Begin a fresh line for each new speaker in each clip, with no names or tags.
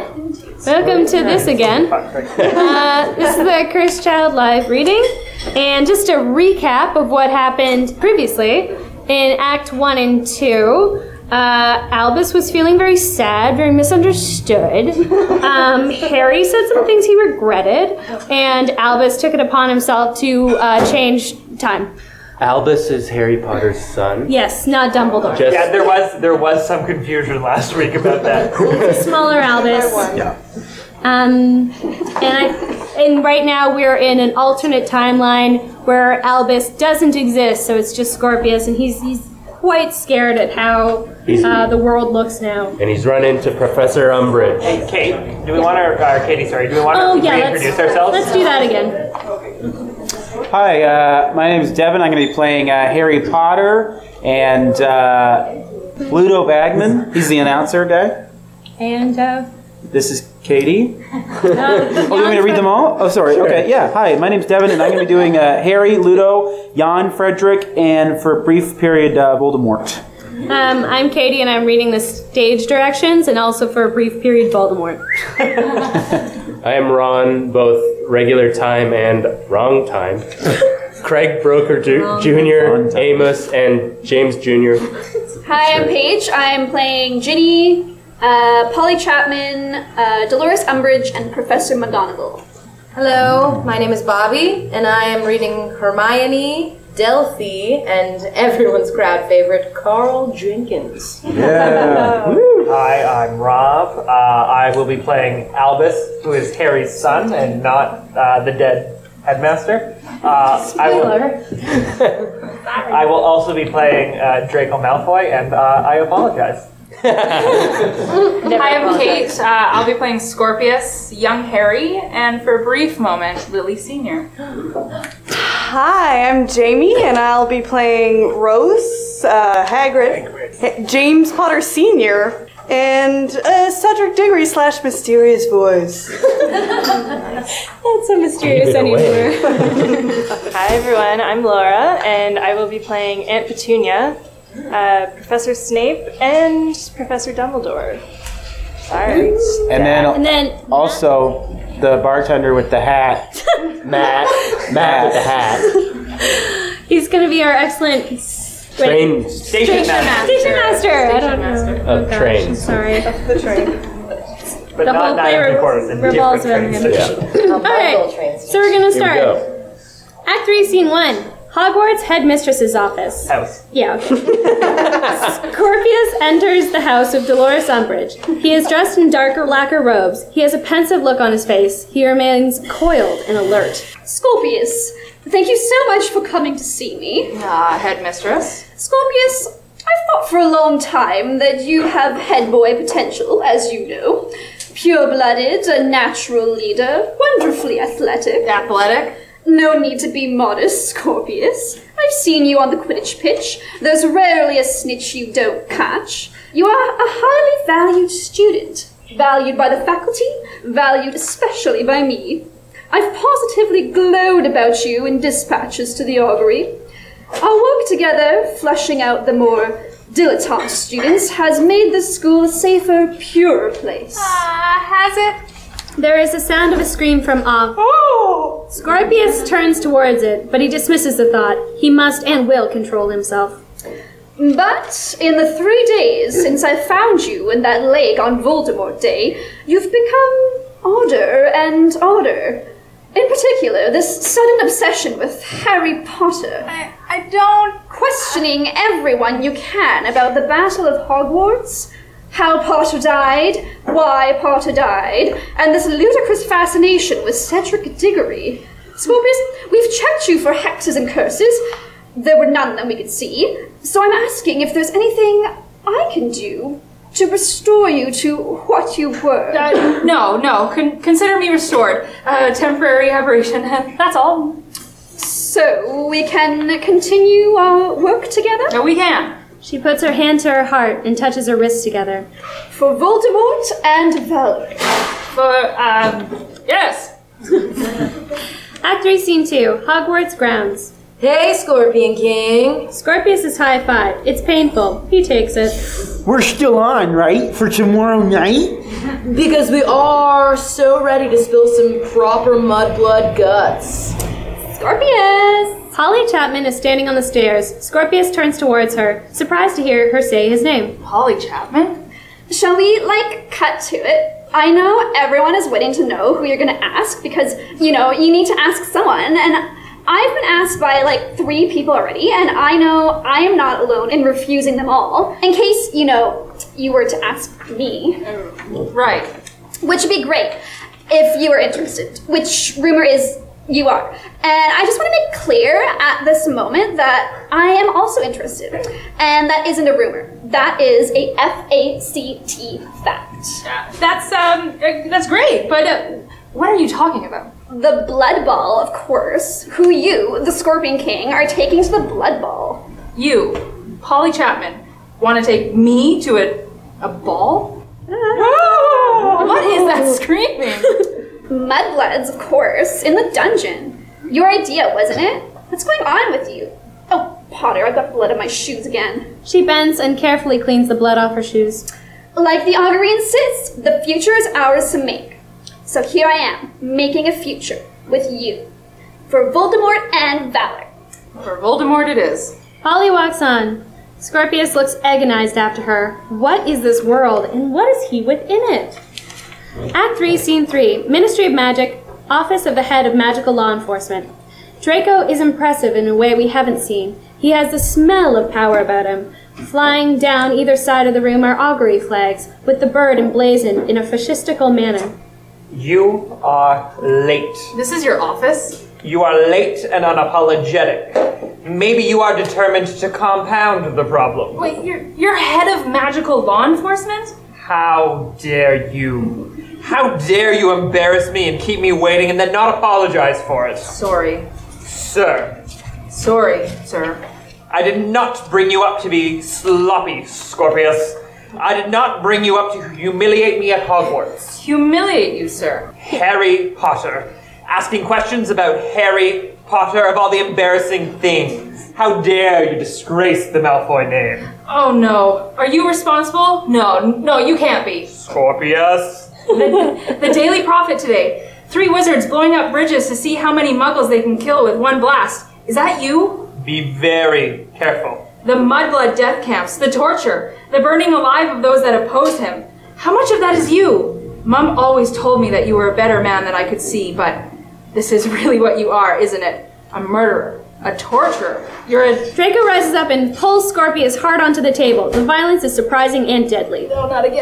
Welcome to this again. Uh, this is the Cursed Child Live reading. And just a recap of what happened previously in Act 1 and 2. Uh, Albus was feeling very sad, very misunderstood. Um, Harry said some things he regretted, and Albus took it upon himself to uh, change time.
Albus is Harry Potter's son.
Yes, not Dumbledore.
Just
Yeah, there was there was some confusion last week about that.
Smaller Albus.
Yeah.
Um, and I, and right now we're in an alternate timeline where Albus doesn't exist, so it's just Scorpius, and he's he's quite scared at how
He's-
uh, the world looks now.
and he's run into Professor Umbridge.
Hey, Kate, do we want to? Uh, Katie, sorry, do we want to
Oh yeah,
reintroduce
let's
ourselves?
let's do that again.
Hi, uh, my name is Devin. I'm going to be playing uh, Harry Potter and uh, Ludo Bagman. He's the announcer guy.
And uh,
This is Katie.
uh,
Oh, you want me to read them all? Oh, sorry. Okay, yeah. Hi, my name's Devin, and I'm going to be doing uh, Harry, Ludo, Jan, Frederick, and for a brief period, uh, Voldemort.
um, I'm Katie, and I'm reading the stage directions, and also for a brief period, Voldemort.
I am Ron, both regular time and wrong time. Craig Broker Ju-
Wrong
Jr.,
time.
Amos, and James Jr.
Hi, I'm Paige. I'm playing Ginny, uh, Polly Chapman, uh, Dolores Umbridge, and Professor McGonagall.
Hello, my name is Bobby, and I am reading Hermione, Delphi, and everyone's crowd favorite, Carl Jenkins.
Yeah.
Hi, I'm Rob. Uh, I will be playing Albus, who is Harry's son and not uh, the dead headmaster. Uh, I will. I will also be playing uh, Draco Malfoy, and uh, I apologize.
Hi, I'm Kate. Uh, I'll be playing Scorpius, young Harry, and for a brief moment, Lily Sr.
Hi, I'm Jamie, and I'll be playing Rose uh, Hagrid, Ha- James Potter Sr., and uh, Cedric Diggory slash Mysterious Voice.
That's so mysterious
Give it away.
anymore. Hi everyone, I'm Laura, and I will be playing Aunt Petunia, uh, Professor Snape, and Professor Dumbledore. Sorry.
And then
And then
also the bartender with the hat.
Matt. Matt with the hat.
he's gonna be our excellent wait,
Train
Station master,
station master. I don't know.
of trains.
Sorry.
but
The
not
whole
nine
play
and
re-
three quarters. in
revolves
different
around him.
trains.
Yeah.
All
right. So we're
Here
gonna
we
start.
go.
Act 3, Scene 1. Hogwarts Headmistress's Office.
House.
Yeah, okay. Scorpius enters the house of Dolores Umbridge. He is dressed in darker lacquer robes. He has a pensive look on his face. He remains coiled and alert.
Scorpius, thank you so much for coming to see me.
Ah, headmistress.
Scorpius, I've thought for a long time that you have head boy potential, as you know. Pure blooded, a natural leader, wonderfully athletic.
Athletic.
No need to be modest, Scorpius. I've seen you on the Quidditch pitch. There's rarely a snitch you don't catch. You are a highly valued student, valued by the faculty, valued especially by me. I've positively glowed about you in dispatches to the Augury. Our work together, flushing out the more dilettante students, has made this school a safer, purer place.
Ah, has it?
There is a sound of a scream from off.
Oh!
Scorpius turns towards it, but he dismisses the thought. He must and will control himself.
But in the three days since I found you in that lake on Voldemort Day, you've become odder and odder. In particular, this sudden obsession with Harry Potter,
I, I don't.
questioning everyone you can about the Battle of Hogwarts, how Potter died, why Potter died, and this ludicrous fascination with Cedric Diggory. Scorpius, we've checked you for hexes and curses. There were none that we could see. So I'm asking if there's anything I can do to restore you to what you were.
Uh, no, no. Con- consider me restored. Uh, temporary aberration. That's all.
So we can continue our work together?
No, we can.
She puts her hand to her heart and touches her wrists together.
For Voldemort and Valerie.
But um, yes.
Act 3, Scene 2. Hogwarts Grounds.
Hey, Scorpion King.
Scorpius is high five. It's painful. He takes it.
We're still on, right? For tomorrow night?
Because we are so ready to spill some proper mudblood guts.
Scorpius!
Holly Chapman is standing on the stairs. Scorpius turns towards her, surprised to hear her say his name.
Holly Chapman?
Shall we, like, cut to it? I know everyone is waiting to know who you're gonna ask because, you know, you need to ask someone, and I've been asked by, like, three people already, and I know I am not alone in refusing them all, in case, you know, you were to ask me.
Right.
which would be great if you were interested, which rumor is you are. And I just want to make clear at this moment that I am also interested. And that isn't a rumor. That is a F-A-C-T fact.
Uh, That's um uh, that's great, but uh, what are you talking about?
The Blood Ball, of course, who you, the Scorpion King, are taking to the Blood Ball.
You, Polly Chapman, want to take me to a a ball? Ah! what is that screaming?
Mudbloods, of course, in the dungeon. Your idea, wasn't it? What's going on with you? Oh, Potter, I've got blood on my shoes again.
She bends and carefully cleans the blood off her shoes.
Like the augury insists, the future is ours to make. So here I am, making a future with you. For Voldemort and Valor.
For Voldemort, it is.
Holly walks on. Scorpius looks agonized after her. What is this world, and what is he within it? Act 3, Scene 3 Ministry of Magic, Office of the Head of Magical Law Enforcement. Draco is impressive in a way we haven't seen. He has the smell of power about him. Flying down either side of the room are augury flags, with the bird emblazoned in a fascistical manner.
You are late.
This is your office.
You are late and unapologetic. Maybe you are determined to compound the problem.
Wait, you're you're head of magical law enforcement?
How dare you? How dare you embarrass me and keep me waiting and then not apologize for it?
Sorry,
Sir,
sorry, sir.
I did not bring you up to be sloppy, Scorpius. I did not bring you up to humiliate me at Hogwarts.
Humiliate you, sir.
Harry Potter. Asking questions about Harry Potter of all the embarrassing things. How dare you disgrace the Malfoy name?
Oh no, are you responsible? No, no, you can't be.
Scorpius.
The Daily Prophet today. Three wizards blowing up bridges to see how many muggles they can kill with one blast. Is that you?
Be very careful.
The mudblood death camps, the torture, the burning alive of those that opposed him. How much of that is you? Mum always told me that you were a better man than I could see, but this is really what you are, isn't it? A murderer, a torturer. You're a.
Draco rises up and pulls Scorpius hard onto the table. The violence is surprising and deadly.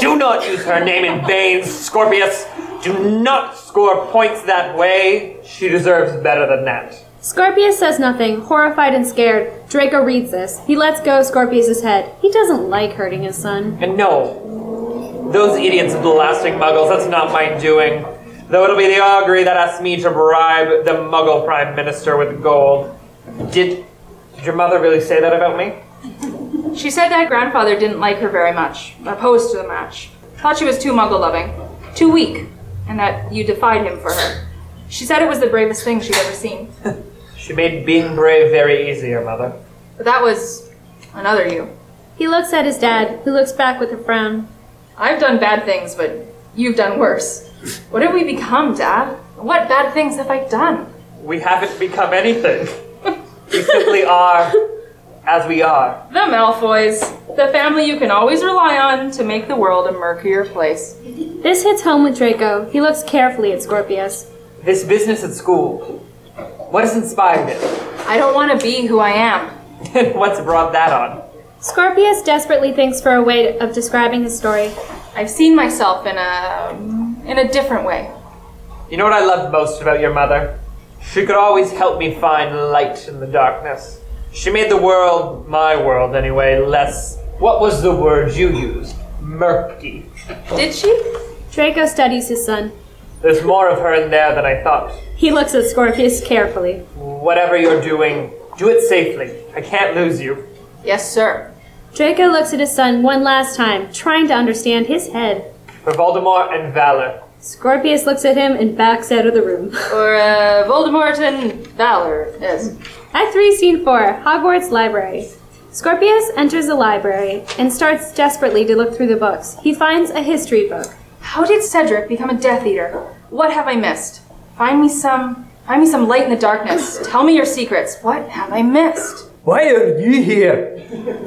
Do not use her name in vain, Scorpius. Do not score points that way. She deserves better than that.
Scorpius says nothing, horrified and scared. Draco reads this. He lets go of Scorpius's head. He doesn't like hurting his son.
And no, those idiots blasting muggles, that's not my doing. Though it'll be the augury that asks me to bribe the muggle prime minister with gold. Did, did your mother really say that about me?
She said that grandfather didn't like her very much, opposed to the match. Thought she was too muggle loving, too weak, and that you defied him for her. She said it was the bravest thing she'd ever seen.
She made being brave very easy, your mother.
But that was another you.
He looks at his dad, who looks back with a frown.
I've done bad things, but you've done worse. What have we become, Dad? What bad things have I done?
We haven't become anything. we simply are as we are.
The Malfoys, the family you can always rely on to make the world a murkier place.
This hits home with Draco. He looks carefully at Scorpius.
This business at school. What has inspired it?
I don't want to be who I am.
And what's brought that on?
Scorpius desperately thinks for a way of describing his story.
I've seen myself in a in a different way.
You know what I loved most about your mother? She could always help me find light in the darkness. She made the world, my world anyway, less. What was the word you used? Murky.
Did she?
Draco studies his son.
There's more of her in there than I thought.
He looks at Scorpius carefully.
Whatever you're doing, do it safely. I can't lose you.
Yes, sir.
Draco looks at his son one last time, trying to understand his head.
For Voldemort and Valor.
Scorpius looks at him and backs out of the room.
Or uh, Voldemort and Valor. Yes.
Act 3, Scene 4 Hogwarts Library. Scorpius enters the library and starts desperately to look through the books. He finds a history book.
How did Cedric become a Death Eater? What have I missed? Find me some. Find me some light in the darkness. Tell me your secrets. What have I missed?
Why are you here?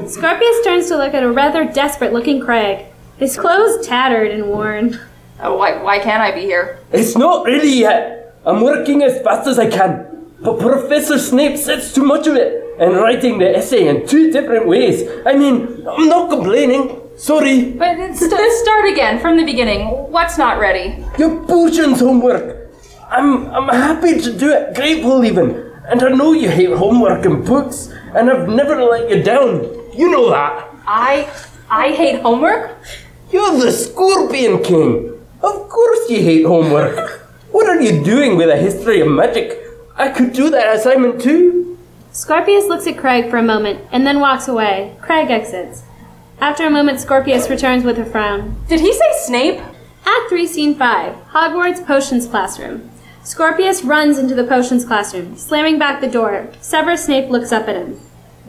Scorpius turns to look at a rather desperate looking Craig, his clothes tattered and worn.
Oh, why, why can't I be here?
It's not ready yet. I'm working as fast as I can. But Professor Snape sets too much of it and writing the essay in two different ways. I mean, I'm not complaining. Sorry,
But it's- let's start again from the beginning. What's not ready?
your portion's homework. I'm, I'm happy to do it, grateful even. And I know you hate homework and books, and I've never let you down. You know that.
I I hate homework.
You're the Scorpion King. Of course you hate homework. what are you doing with a history of magic? I could do that assignment too.
Scorpius looks at Craig for a moment and then walks away. Craig exits. After a moment, Scorpius returns with a frown.
Did he say Snape?
Act 3, Scene 5 Hogwarts Potions Classroom. Scorpius runs into the potions classroom, slamming back the door. Severus Snape looks up at him.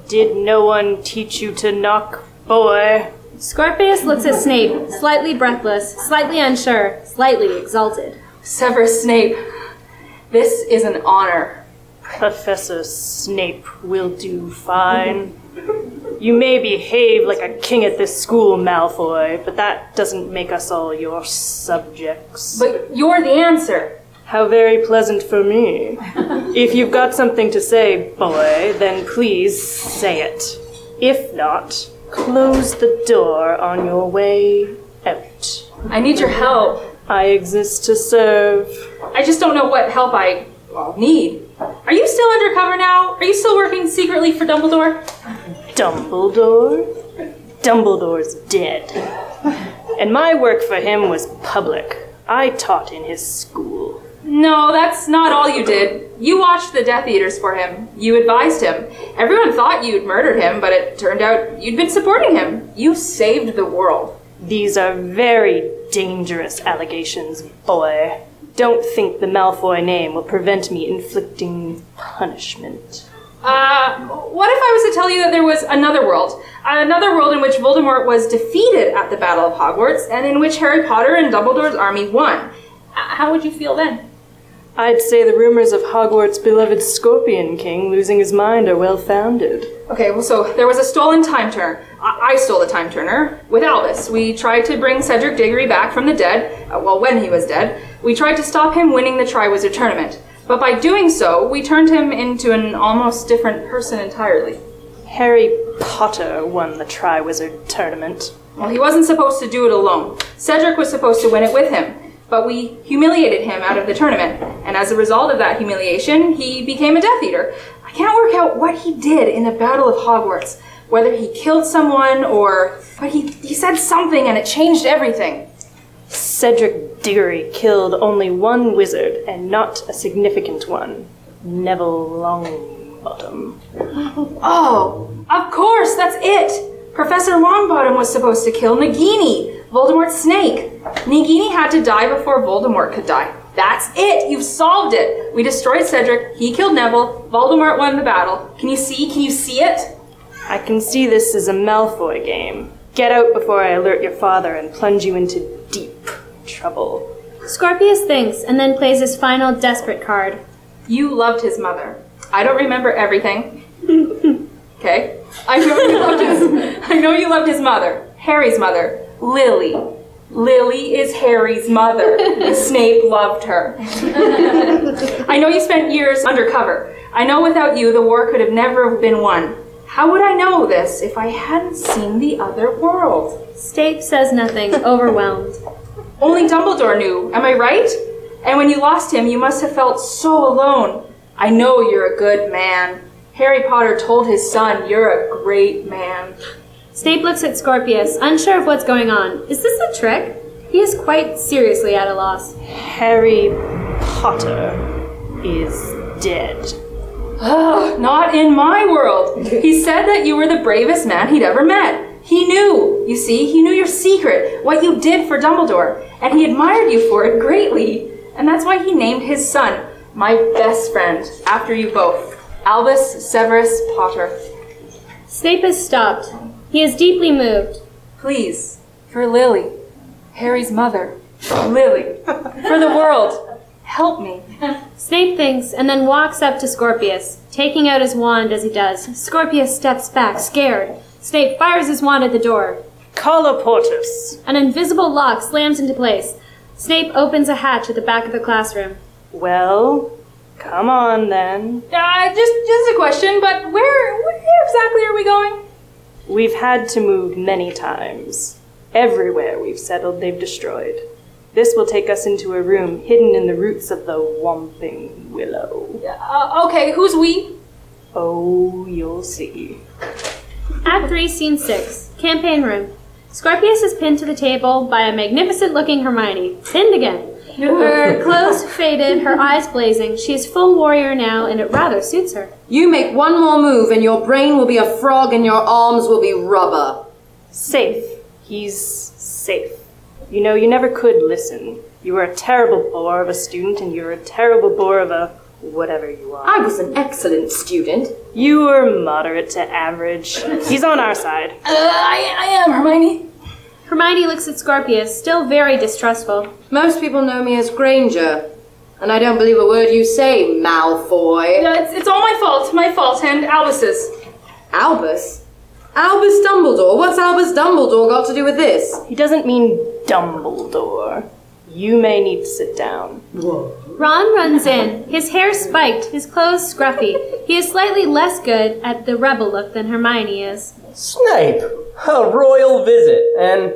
Did no one teach you to knock, boy?
Scorpius looks at Snape, slightly breathless, slightly unsure, slightly exalted.
Severus Snape. This is an honor.
Professor Snape will do fine. You may behave like a king at this school, Malfoy, but that doesn't make us all your subjects.
But you're the answer.
How very pleasant for me. if you've got something to say, boy, then please say it. If not, close the door on your way out.
I need your help.
I exist to serve.
I just don't know what help I well, need. Are you still undercover now? Are you still working secretly for Dumbledore?
Dumbledore? Dumbledore's dead. And my work for him was public. I taught in his school.
No, that's not all you did. You watched the Death Eaters for him. You advised him. Everyone thought you'd murdered him, but it turned out you'd been supporting him. You saved the world.
These are very dangerous allegations, boy. Don't think the Malfoy name will prevent me inflicting punishment.
Uh, what if I was to tell you that there was another world? Another world in which Voldemort was defeated at the Battle of Hogwarts, and in which Harry Potter and Dumbledore's army won? Uh, How would you feel then?
I'd say the rumors of Hogwarts' beloved Scorpion King losing his mind are well founded.
Okay, well, so there was a stolen time turn. I, I stole the time turner with Albus. We tried to bring Cedric Diggory back from the dead. Uh, well, when he was dead, we tried to stop him winning the Triwizard Tournament. But by doing so, we turned him into an almost different person entirely.
Harry Potter won the Triwizard Tournament.
Well, he wasn't supposed to do it alone. Cedric was supposed to win it with him. But we humiliated him out of the tournament, and as a result of that humiliation, he became a Death Eater. I can't work out what he did in the Battle of Hogwarts, whether he killed someone or. But he, he said something and it changed everything.
Cedric Diggory killed only one wizard and not a significant one Neville Longbottom.
Oh, of course, that's it! Professor Longbottom was supposed to kill Nagini, Voldemort's snake. Nagini had to die before Voldemort could die. That's it! You've solved it! We destroyed Cedric, he killed Neville, Voldemort won the battle. Can you see? Can you see it?
I can see this is a Malfoy game. Get out before I alert your father and plunge you into deep trouble.
Scorpius thinks and then plays his final desperate card.
You loved his mother. I don't remember everything. okay. I know you loved his I know you loved his mother. Harry's mother. Lily. Lily is Harry's mother. Snape loved her. I know you spent years undercover. I know without you the war could have never have been won. How would I know this if I hadn't seen the other world?
Snape says nothing, overwhelmed.
Only Dumbledore knew, am I right? And when you lost him, you must have felt so alone. I know you're a good man. Harry Potter told his son, You're a great man.
Snape looks at Scorpius, unsure of what's going on. Is this a trick? He is quite seriously at a loss.
Harry Potter is dead.
Ugh, not in my world. He said that you were the bravest man he'd ever met. He knew, you see, he knew your secret, what you did for Dumbledore, and he admired you for it greatly. And that's why he named his son my best friend after you both. Albus Severus Potter.
Snape has stopped. He is deeply moved.
Please, for Lily, Harry's mother, Lily, for the world, help me.
Snape thinks and then walks up to Scorpius, taking out his wand as he does. Scorpius steps back, scared. Snape fires his wand at the door.
Carla Portus.
An invisible lock slams into place. Snape opens a hatch at the back of the classroom.
Well, come on then.
Uh, just, just a question, but where, where exactly are we going?
We've had to move many times. Everywhere we've settled, they've destroyed. This will take us into a room hidden in the roots of the Whomping Willow.
Uh, okay, who's we?
Oh, you'll see.
Act 3, Scene 6, Campaign Room. Scorpius is pinned to the table by a magnificent looking Hermione. Pinned again. Her clothes faded, her eyes blazing. She is full warrior now, and it rather suits her.
You make one more move, and your brain will be a frog, and your arms will be rubber.
Safe. He's safe. You know, you never could listen. You were a terrible bore of a student, and you're a terrible bore of a whatever you are.
I was an excellent student.
You were moderate to average. He's on our side.
Uh, I, I am Hermione.
Hermione looks at Scorpius, still very distrustful.
Most people know me as Granger, and I don't believe a word you say, Malfoy.
Yeah, it's, it's all my fault, my fault, and Albus's.
Albus? Albus Dumbledore? What's Albus Dumbledore got to do with this?
He doesn't mean Dumbledore. You may need to sit down.
Ron runs in, his hair spiked, his clothes scruffy. He is slightly less good at the rebel look than Hermione is.
Snape, a royal visit, and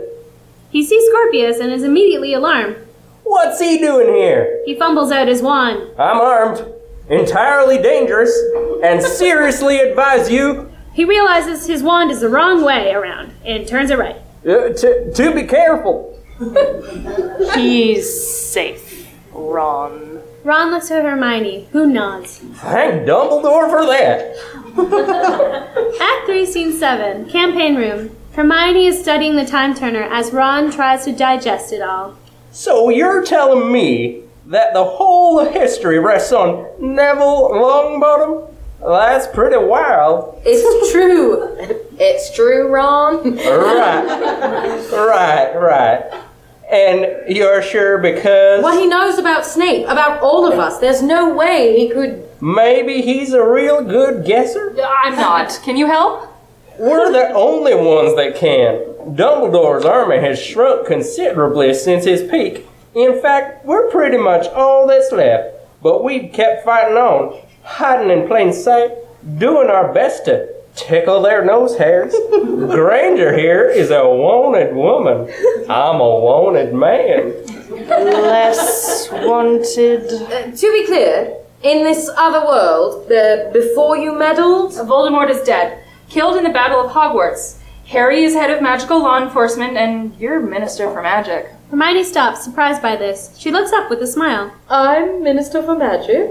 He sees Scorpius and is immediately alarmed.
what's he doing here?
He fumbles out his wand.
I'm armed, entirely dangerous, and seriously advise you
He realizes his wand is the wrong way around and turns it right.
uh, to, to be careful.
He's safe, Ron.
Ron looks at Hermione, who nods.
Thank Dumbledore for that.
Act 3, Scene 7, Campaign Room. Hermione is studying the time turner as Ron tries to digest it all.
So you're telling me that the whole of history rests on Neville Longbottom? That's pretty wild.
It's true. it's true, Ron.
Right. right, right. And you're sure because
What he knows about Snape, about all of us, there's no way he could.
maybe he's a real good guesser?
I'm not. Can you help?
We're the only ones that can. Dumbledore's army has shrunk considerably since his peak. In fact, we're pretty much all that's left. But we've kept fighting on, hiding in plain sight, doing our best to tickle their nose hairs. Granger here is a wanted woman. I'm a wanted man.
Less wanted.
Uh, to be clear, in this other world, the before you meddled,
Voldemort is dead, killed in the Battle of Hogwarts. Harry is head of magical law enforcement, and you're minister for magic.
Hermione stops, surprised by this. She looks up with a smile.
I'm Minister for Magic.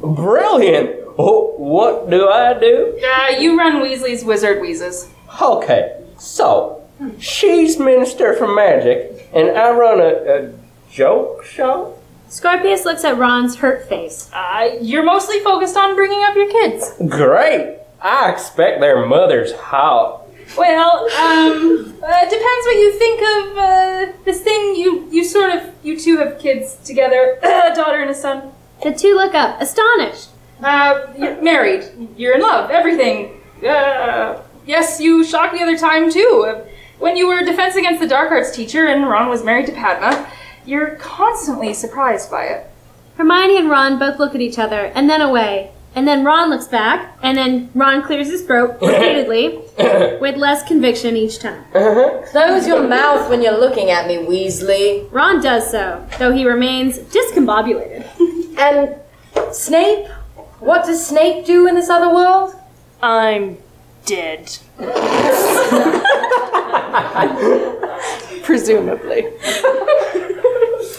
Brilliant! Oh, what do I do?
Uh, you run Weasley's Wizard Wheezes.
Okay, so she's Minister for Magic, and I run a, a joke show?
Scorpius looks at Ron's hurt face.
Uh, you're mostly focused on bringing up your kids.
Great! I expect their mother's hot.
Well, um, uh, depends what you think of uh, this thing. You you sort of you two have kids together, a daughter and a son.
The two look up, astonished.
Uh, you're married. You're in love. Everything. Uh, yes, you shocked me the other time too. Uh, When you were defense against the dark arts teacher and Ron was married to Padma, you're constantly surprised by it.
Hermione and Ron both look at each other, and then away. And then Ron looks back, and then Ron clears his throat repeatedly, with less conviction each time.
Close your mouth when you're looking at me, Weasley.
Ron does so, though he remains discombobulated.
And Snape? What does Snape do in this other world?
I'm dead. Presumably.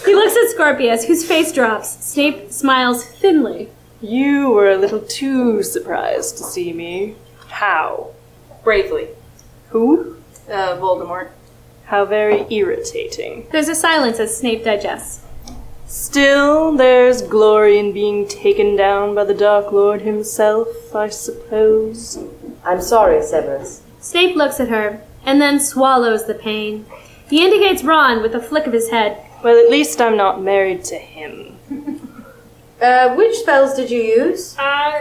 He looks at Scorpius, whose face drops. Snape smiles thinly.
You were a little too surprised to see me. How?
Bravely,
Who?
uh, Voldemort.
How very irritating.
There's a silence as Snape digests.
Still, there's glory in being taken down by the Dark Lord himself, I suppose.
I'm sorry, Severus.
Snape looks at her and then swallows the pain. He indicates Ron with a flick of his head.
Well, at least I'm not married to him.
Uh, which spells did you use?
Uh,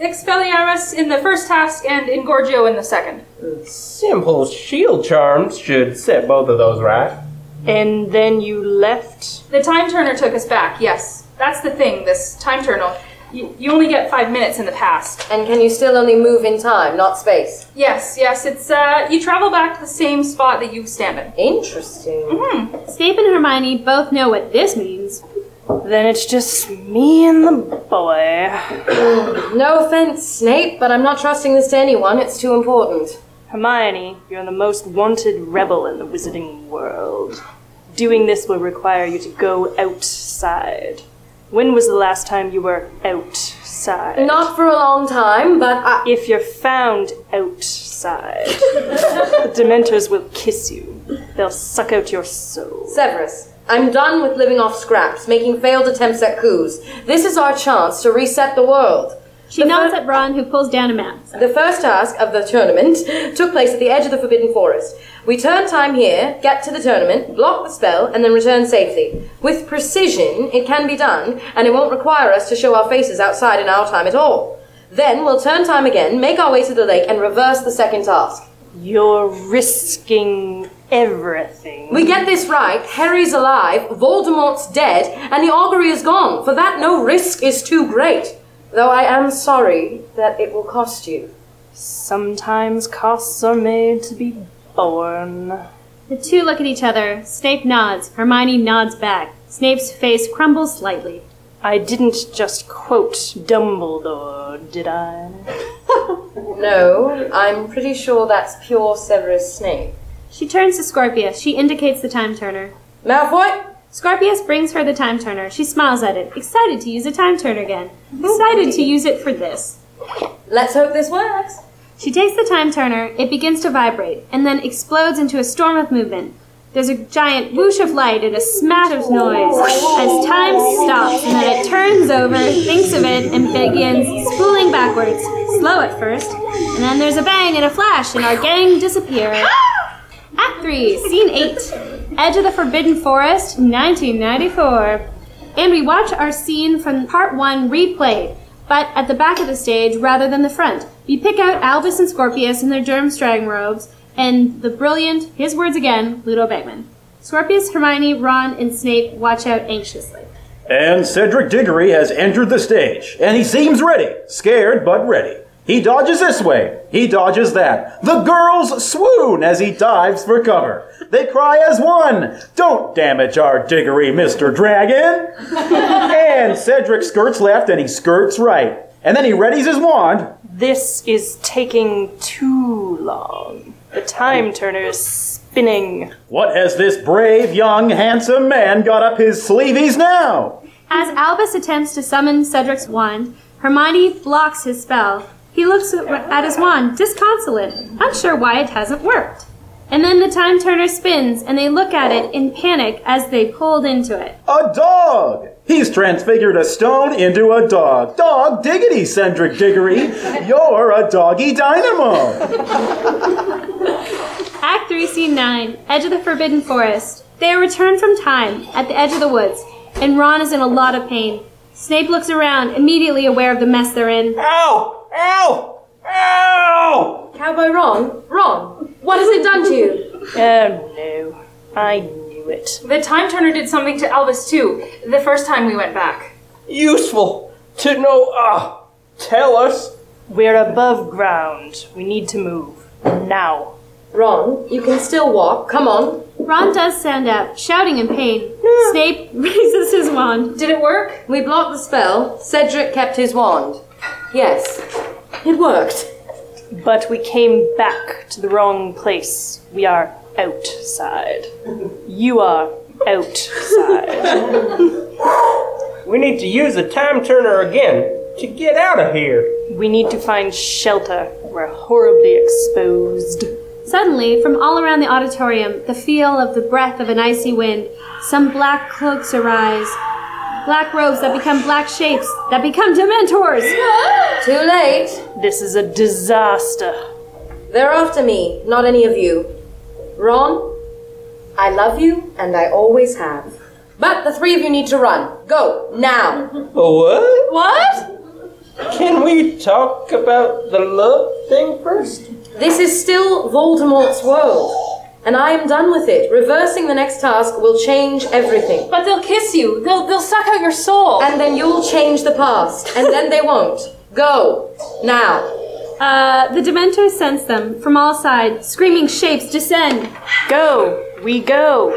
Expelliarmus in the first task and Engorgio in the second.
Simple shield charms should set both of those right.
And then you left?
The time turner took us back, yes. That's the thing, this time turner. You, you only get five minutes in the past.
And can you still only move in time, not space?
Yes, yes, it's, uh, you travel back to the same spot that you stand in.
Interesting.
hmm
Mm-hmm. Snape and Hermione both know what this means.
Then it's just me and the boy.
no offense, Snape, but I'm not trusting this to anyone. It's too important.
Hermione, you're the most wanted rebel in the wizarding world. Doing this will require you to go outside. When was the last time you were outside?
Not for a long time, but I.
If you're found outside, the Dementors will kiss you. They'll suck out your soul.
Severus, I'm done with living off scraps, making failed attempts at coups. This is our chance to reset the world.
She nods at Ron, who pulls down a map.
The first task of the tournament took place at the edge of the Forbidden Forest. We turn time here, get to the tournament, block the spell, and then return safely. With precision, it can be done, and it won't require us to show our faces outside in our time at all. Then we'll turn time again, make our way to the lake, and reverse the second task.
You're risking everything.
We get this right, Harry's alive, Voldemort's dead, and the augury is gone. For that, no risk is too great. Though I am sorry that it will cost you.
Sometimes costs are made to be borne.
The two look at each other. Snape nods. Hermione nods back. Snape's face crumbles slightly.
I didn't just quote Dumbledore, did I?
No, I'm pretty sure that's pure Severus Snape.
She turns to Scorpius. She indicates the time turner.
Malfoy?
Scorpius brings her the time turner. She smiles at it, excited to use a time turner again. Excited to use it for this.
Let's hope this works.
She takes the time turner, it begins to vibrate, and then explodes into a storm of movement. There's a giant whoosh of light and a smash of noise as time stops, and then it turns over, thinks of it, and begins spooling backwards. Slow at first, and then there's a bang and a flash, and our gang disappear. Act 3, Scene 8 Edge of the Forbidden Forest, 1994. And we watch our scene from Part 1 replayed, but at the back of the stage rather than the front. We pick out Albus and Scorpius in their germ-strang robes, and the brilliant, his words again, Ludo Bagman. Scorpius, Hermione, Ron, and Snape watch out anxiously.
And Cedric Diggory has entered the stage, and he seems ready, scared but ready. He dodges this way, he dodges that. The girls swoon as he dives for cover. They cry as one, Don't damage our Diggory, Mr. Dragon! and Cedric skirts left and he skirts right. And then he readies his wand.
This is taking too long. The time turner is spinning.
What has this brave, young, handsome man got up his sleeves now?
As Albus attempts to summon Cedric's wand, Hermione blocks his spell. He looks at- at his wand, disconsolate, unsure why it hasn't worked. And then the time turner spins, and they look at it in panic as they pulled into it.
A dog! He's transfigured a stone into a dog. Dog diggity, Cendric Diggory. You're a doggy dynamo.
Act 3, Scene 9 Edge of the Forbidden Forest. They are returned from time, at the edge of the woods, and Ron is in a lot of pain. Snape looks around, immediately aware of the mess they're in.
Ow! Ow! Ow!
Cowboy Ron? Ron, what has it done to you?
Oh no, I knew it.
The time turner did something to Elvis too, the first time we went back.
Useful to know. Ah, tell us.
We're above ground. We need to move. Now.
Ron, you can still walk. Come on.
Ron does stand up, shouting in pain. Snape raises his wand.
Did it work?
We blocked the spell. Cedric kept his wand. Yes, it worked.
But we came back to the wrong place. We are outside. You are outside.
We need to use the time turner again to get out of here.
we need to find shelter. We're horribly exposed.
Suddenly, from all around the auditorium, the feel of the breath of an icy wind, some black cloaks arise. black robes that become black shapes that become dementors.
Too late. This is a disaster. They're after me, not any of you. Ron, I love you, and I always have. But the three of you need to run. Go, now.
What?
What?
Can we talk about the love thing first?
This is still Voldemort's world, and I am done with it. Reversing the next task will change everything.
But they'll kiss you. They'll they'll suck out your soul.
And then you'll change the past, and then they won't. Go now.
Uh, the Dementors sense them from all sides. Screaming shapes descend.
Go, we go.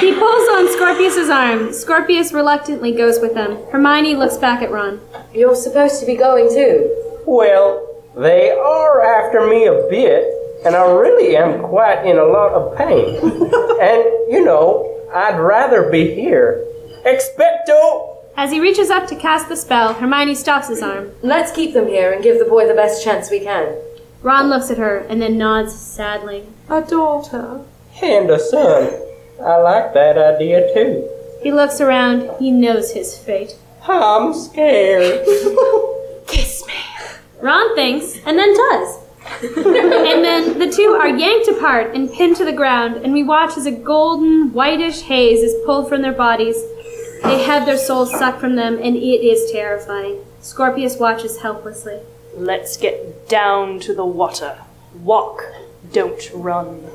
He pulls on Scorpius's arm. Scorpius reluctantly goes with them. Hermione looks back at Ron.
You're supposed to be going too.
Well, they are after me a bit, and I really am quite in a lot of pain. and, you know, I'd rather be here. Expecto!
As he reaches up to cast the spell, Hermione stops his arm.
Let's keep them here and give the boy the best chance we can.
Ron looks at her and then nods sadly.
A daughter.
And a son. I like that idea too.
He looks around. He knows his fate.
I'm scared.
Kiss me. Ron thinks and then does. and then the two are yanked apart and pinned to the ground, and we watch as a golden, whitish haze is pulled from their bodies. They have their souls sucked from them, and it is terrifying. Scorpius watches helplessly.
Let's get down to the water. Walk, don't run.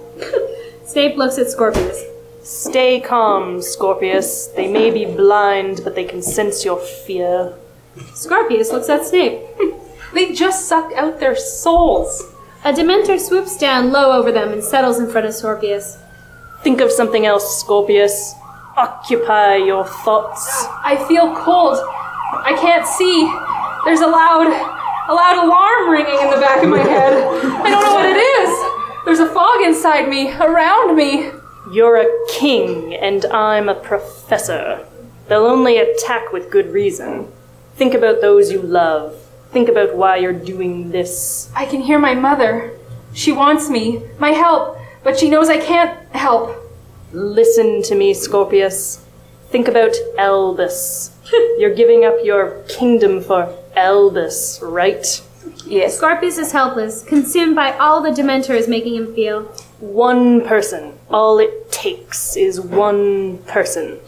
Snape looks at Scorpius.
Stay calm, Scorpius. They may be blind, but they can sense your fear.
Scorpius looks at Snape.
They just sucked out their souls.
A Dementor swoops down low over them and settles in front of Scorpius.
Think of something else, Scorpius. Occupy your thoughts.
I feel cold. I can't see. There's a loud, a loud alarm ringing in the back of my head. I don't know what it is. There's a fog inside me, around me.
You're a king, and I'm a professor. They'll only attack with good reason. Think about those you love. Think about why you're doing this.
I can hear my mother. She wants me, my help, but she knows I can't help.
Listen to me, Scorpius. Think about Elbus. you're giving up your kingdom for Elbus, right?
Yes. Scorpius is helpless, consumed by all the Dementor is making him feel.
One person. All it takes is one person.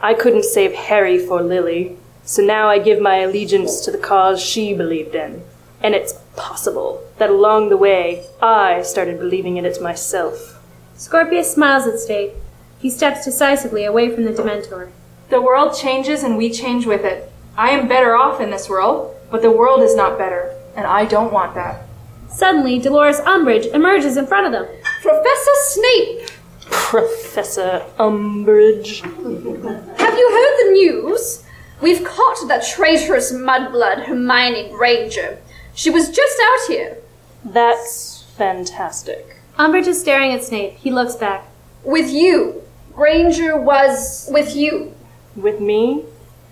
I couldn't save Harry for Lily, so now I give my allegiance to the cause she believed in. And it's possible that along the way, I started believing in it myself.
Scorpius smiles at Snape. He steps decisively away from the Dementor.
The world changes and we change with it. I am better off in this world, but the world is not better, and I don't want that.
Suddenly, Dolores Umbridge emerges in front of them.
Professor Snape!
Professor Umbridge.
Have you heard the news? We've caught that traitorous mudblood Hermione Granger. She was just out here.
That's fantastic.
Umbridge is staring at Snape. He looks back.
With you. Granger was with you.
With me?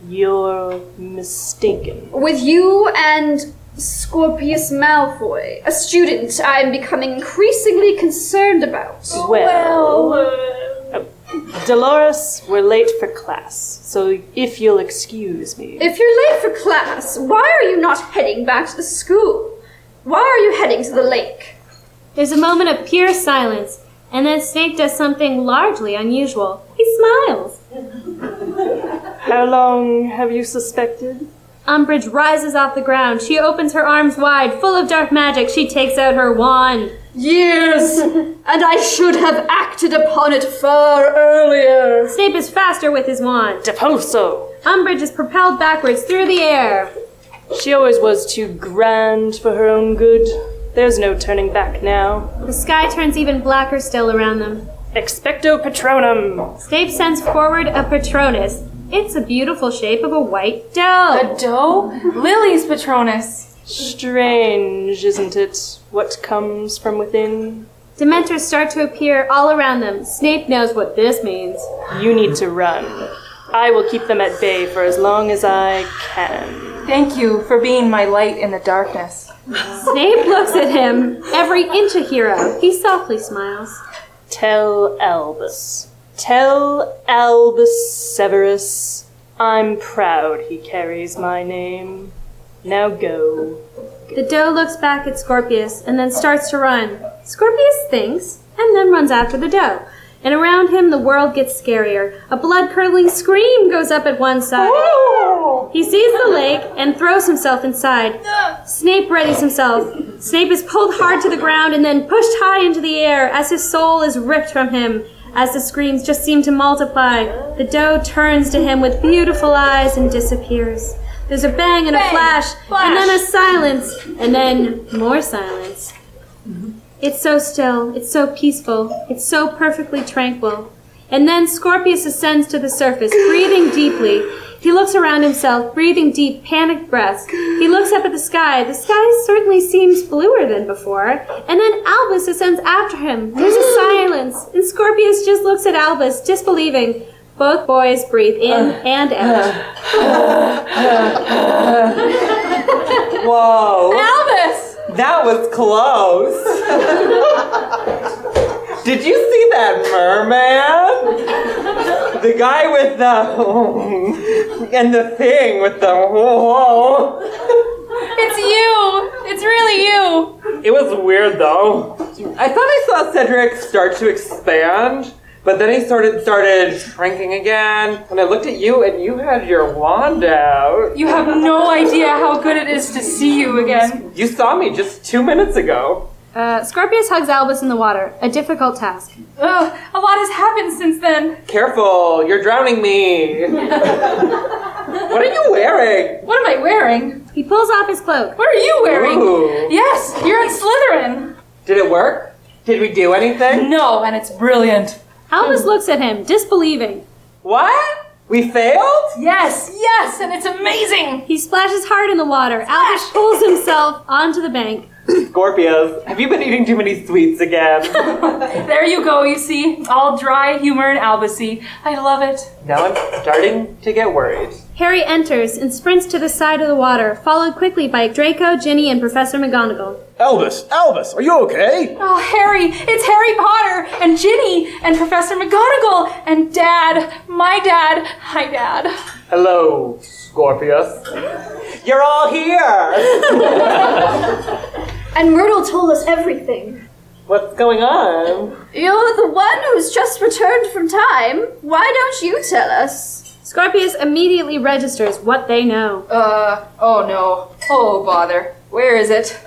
You're mistaken.
With you and Scorpius Malfoy, a student I am becoming increasingly concerned about.
Well, Dolores, we're late for class, so if you'll excuse me.
If you're late for class, why are you not heading back to the school? Why are you heading to the lake?
There's a moment of pure silence, and then Snape does something largely unusual. He smiles.
How long have you suspected?
Umbridge rises off the ground. She opens her arms wide, full of dark magic. She takes out her wand.
Years! and I should have acted upon it far earlier.
Snape is faster with his wand.
Deposo!
Umbridge is propelled backwards through the air.
She always was too grand for her own good. There's no turning back now.
The sky turns even blacker still around them.
Expecto Patronum!
Snape sends forward a Patronus. It's a beautiful shape of a white doe.
A doe? Lily's Patronus.
Strange, isn't it? What comes from within?
Dementors start to appear all around them. Snape knows what this means.
You need to run. I will keep them at bay for as long as I can.
Thank you for being my light in the darkness.
Snape looks at him, every inch a hero. He softly smiles.
Tell Albus. Tell Albus Severus. I'm proud he carries my name. Now go.
The doe looks back at Scorpius and then starts to run. Scorpius thinks and then runs after the doe. And around him, the world gets scarier. A blood curdling scream goes up at one side. He sees the lake and throws himself inside. Snape readies himself. Snape is pulled hard to the ground and then pushed high into the air as his soul is ripped from him. As the screams just seem to multiply, the doe turns to him with beautiful eyes and disappears. There's a bang and a
Bang,
flash, and then a
flash.
silence, and then more silence. It's so still, it's so peaceful, it's so perfectly tranquil. And then Scorpius ascends to the surface, breathing deeply. He looks around himself, breathing deep, panicked breaths. He looks up at the sky. The sky certainly seems bluer than before. And then Albus ascends after him. There's a silence, and Scorpius just looks at Albus, disbelieving. Both boys breathe in and out.
Whoa.
Albus!
That was close. Did you see that merman? The guy with the and the thing with the
It's you! It's really you!
It was weird though. I thought I saw Cedric start to expand, but then he started started shrinking again. And I looked at you and you had your wand out.
You have no idea how good it is to see you again.
You saw me just two minutes ago.
Uh, Scorpius hugs Albus in the water, a difficult task.
Ugh, a lot has happened since then.
Careful, you're drowning me. What are you wearing?
What am I wearing?
He pulls off his cloak.
What are you wearing?
Ooh.
Yes, you're in Slytherin.
Did it work? Did we do anything?
No, and it's brilliant.
Albus looks at him, disbelieving.
What? We failed?
Yes, yes, and it's amazing.
He splashes hard in the water. Albus pulls himself onto the bank.
Scorpios, have you been eating too many sweets again?
There you go, you see. All dry humor and albusy. I love it.
now I'm starting to get worried.
Harry enters and sprints to the side of the water, followed quickly by Draco, Ginny, and Professor McGonagall.
Elvis, Elvis, are you okay?
Oh, Harry, it's Harry Potter and Ginny and Professor McGonagall and Dad, my dad, hi Dad.
Hello, Scorpius. You're all here.
And Myrtle told us everything.
What's going on?
You're the one who's just returned from time. Why don't you tell us?
Scorpius immediately registers what they know.
Uh, oh no. Oh, bother. Where is it?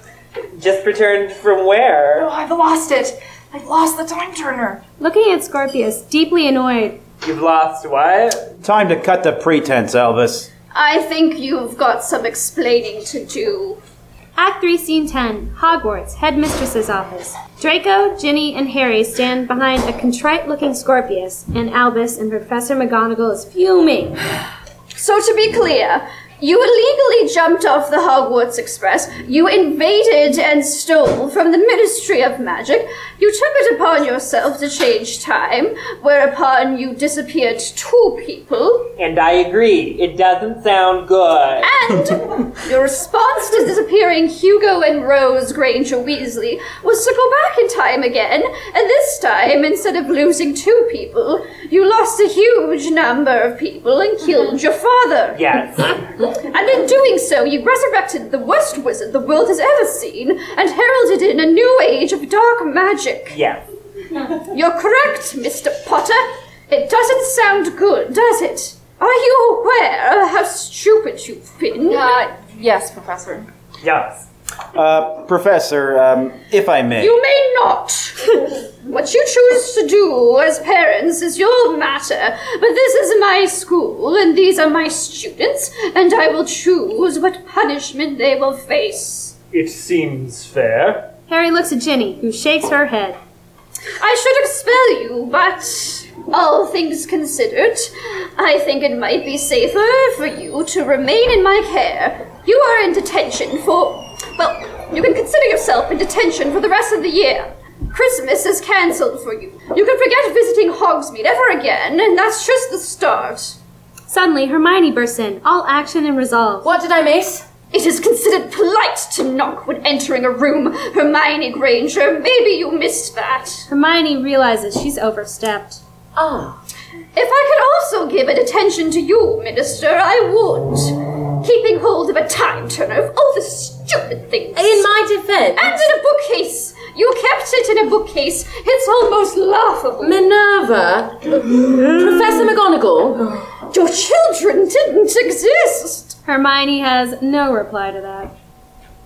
Just returned from where?
Oh, I've lost it. I've lost the time turner.
Looking at Scorpius, deeply annoyed.
You've lost what?
Time to cut the pretense, Elvis.
I think you've got some explaining to do.
Act 3, Scene 10, Hogwarts, Headmistress's Office. Draco, Ginny, and Harry stand behind a contrite looking Scorpius, and Albus and Professor McGonagall is fuming.
So to be clear, you illegally jumped off the Hogwarts Express, you invaded and stole from the Ministry of Magic, you took it upon yourself to change time, whereupon you disappeared two people,
And I agree, it doesn't sound good.
Your response to disappearing Hugo and Rose Granger Weasley was to go back in time again, and this time, instead of losing two people, you lost a huge number of people and killed your father.
Yes.
And in doing so, you resurrected the worst wizard the world has ever seen and heralded in a new age of dark magic.
Yes.
You're correct, Mr. Potter. It doesn't sound good, does it? Are you aware of how stupid you've been?
Uh, yes, Professor.
Yes.
Uh, Professor, um, if I may.
You may not. what you choose to do as parents is your matter, but this is my school, and these are my students, and I will choose what punishment they will face.
It seems fair.
Harry looks at Ginny, who shakes her head.
I should expel you, but all things considered, I think it might be safer for you to remain in my care. You are in detention for. Well, you can consider yourself in detention for the rest of the year. Christmas is cancelled for you. You can forget visiting Hogsmeade ever again, and that's just the start.
Suddenly, Hermione bursts in, all action and resolve.
What did I miss?
It is considered polite to knock when entering a room, Hermione Granger. Maybe you missed that.
Hermione realizes she's overstepped.
Ah.
If I could also give it attention to you, Minister, I would. Keeping hold of a time turner of all the stupid things. In
my defense.
And in a bookcase. You kept it in a bookcase. It's almost laughable.
Minerva. Professor McGonagall.
Your children didn't exist.
Hermione has no reply to that.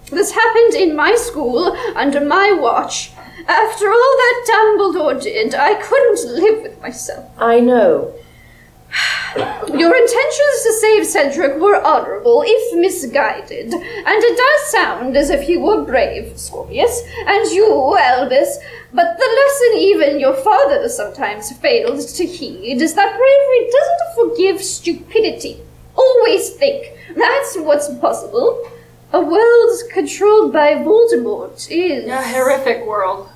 This happened in my school, under my watch. After all that Dumbledore did, I couldn't live with myself.
I know.
Your intentions to save Cedric were honorable, if misguided, and it does sound as if you were brave, Scorpius, and you, Albus, but the lesson even your father sometimes fails to heed is that bravery doesn't forgive stupidity. Always think. That's what's possible. A world controlled by Voldemort is.
A horrific world.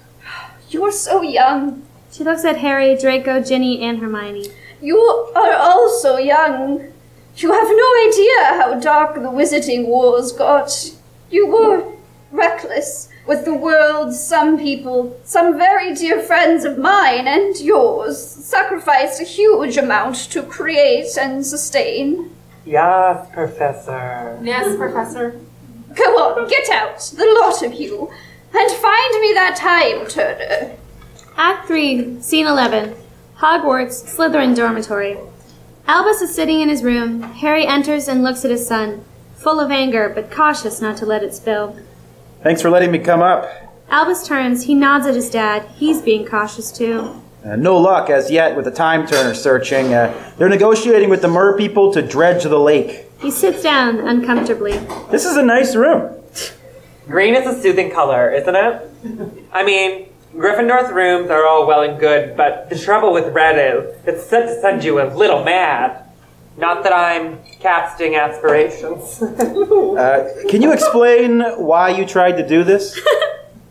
You're so young.
She looks at Harry, Draco, Ginny, and Hermione.
You are also young. You have no idea how dark the Wizarding Wars got. You were reckless with the world, some people, some very dear friends of mine and yours, sacrificed a huge amount to create and sustain.
Yes, Professor.
Yes, Professor.
Go on, get out, the lot of you, and find me that time turner.
Act 3, Scene 11 Hogwarts, Slytherin Dormitory. Albus is sitting in his room. Harry enters and looks at his son, full of anger but cautious not to let it spill.
Thanks for letting me come up.
Albus turns, he nods at his dad. He's being cautious too.
Uh, no luck as yet with the time turner searching. Uh, they're negotiating with the mer people to dredge the lake.
He sits down uncomfortably.
This is a nice room.
Green is a soothing color, isn't it? I mean, Gryffindor's rooms are all well and good, but the trouble with red is it's said to send you a little mad. Not that I'm casting aspirations.
Uh, can you explain why you tried to do this?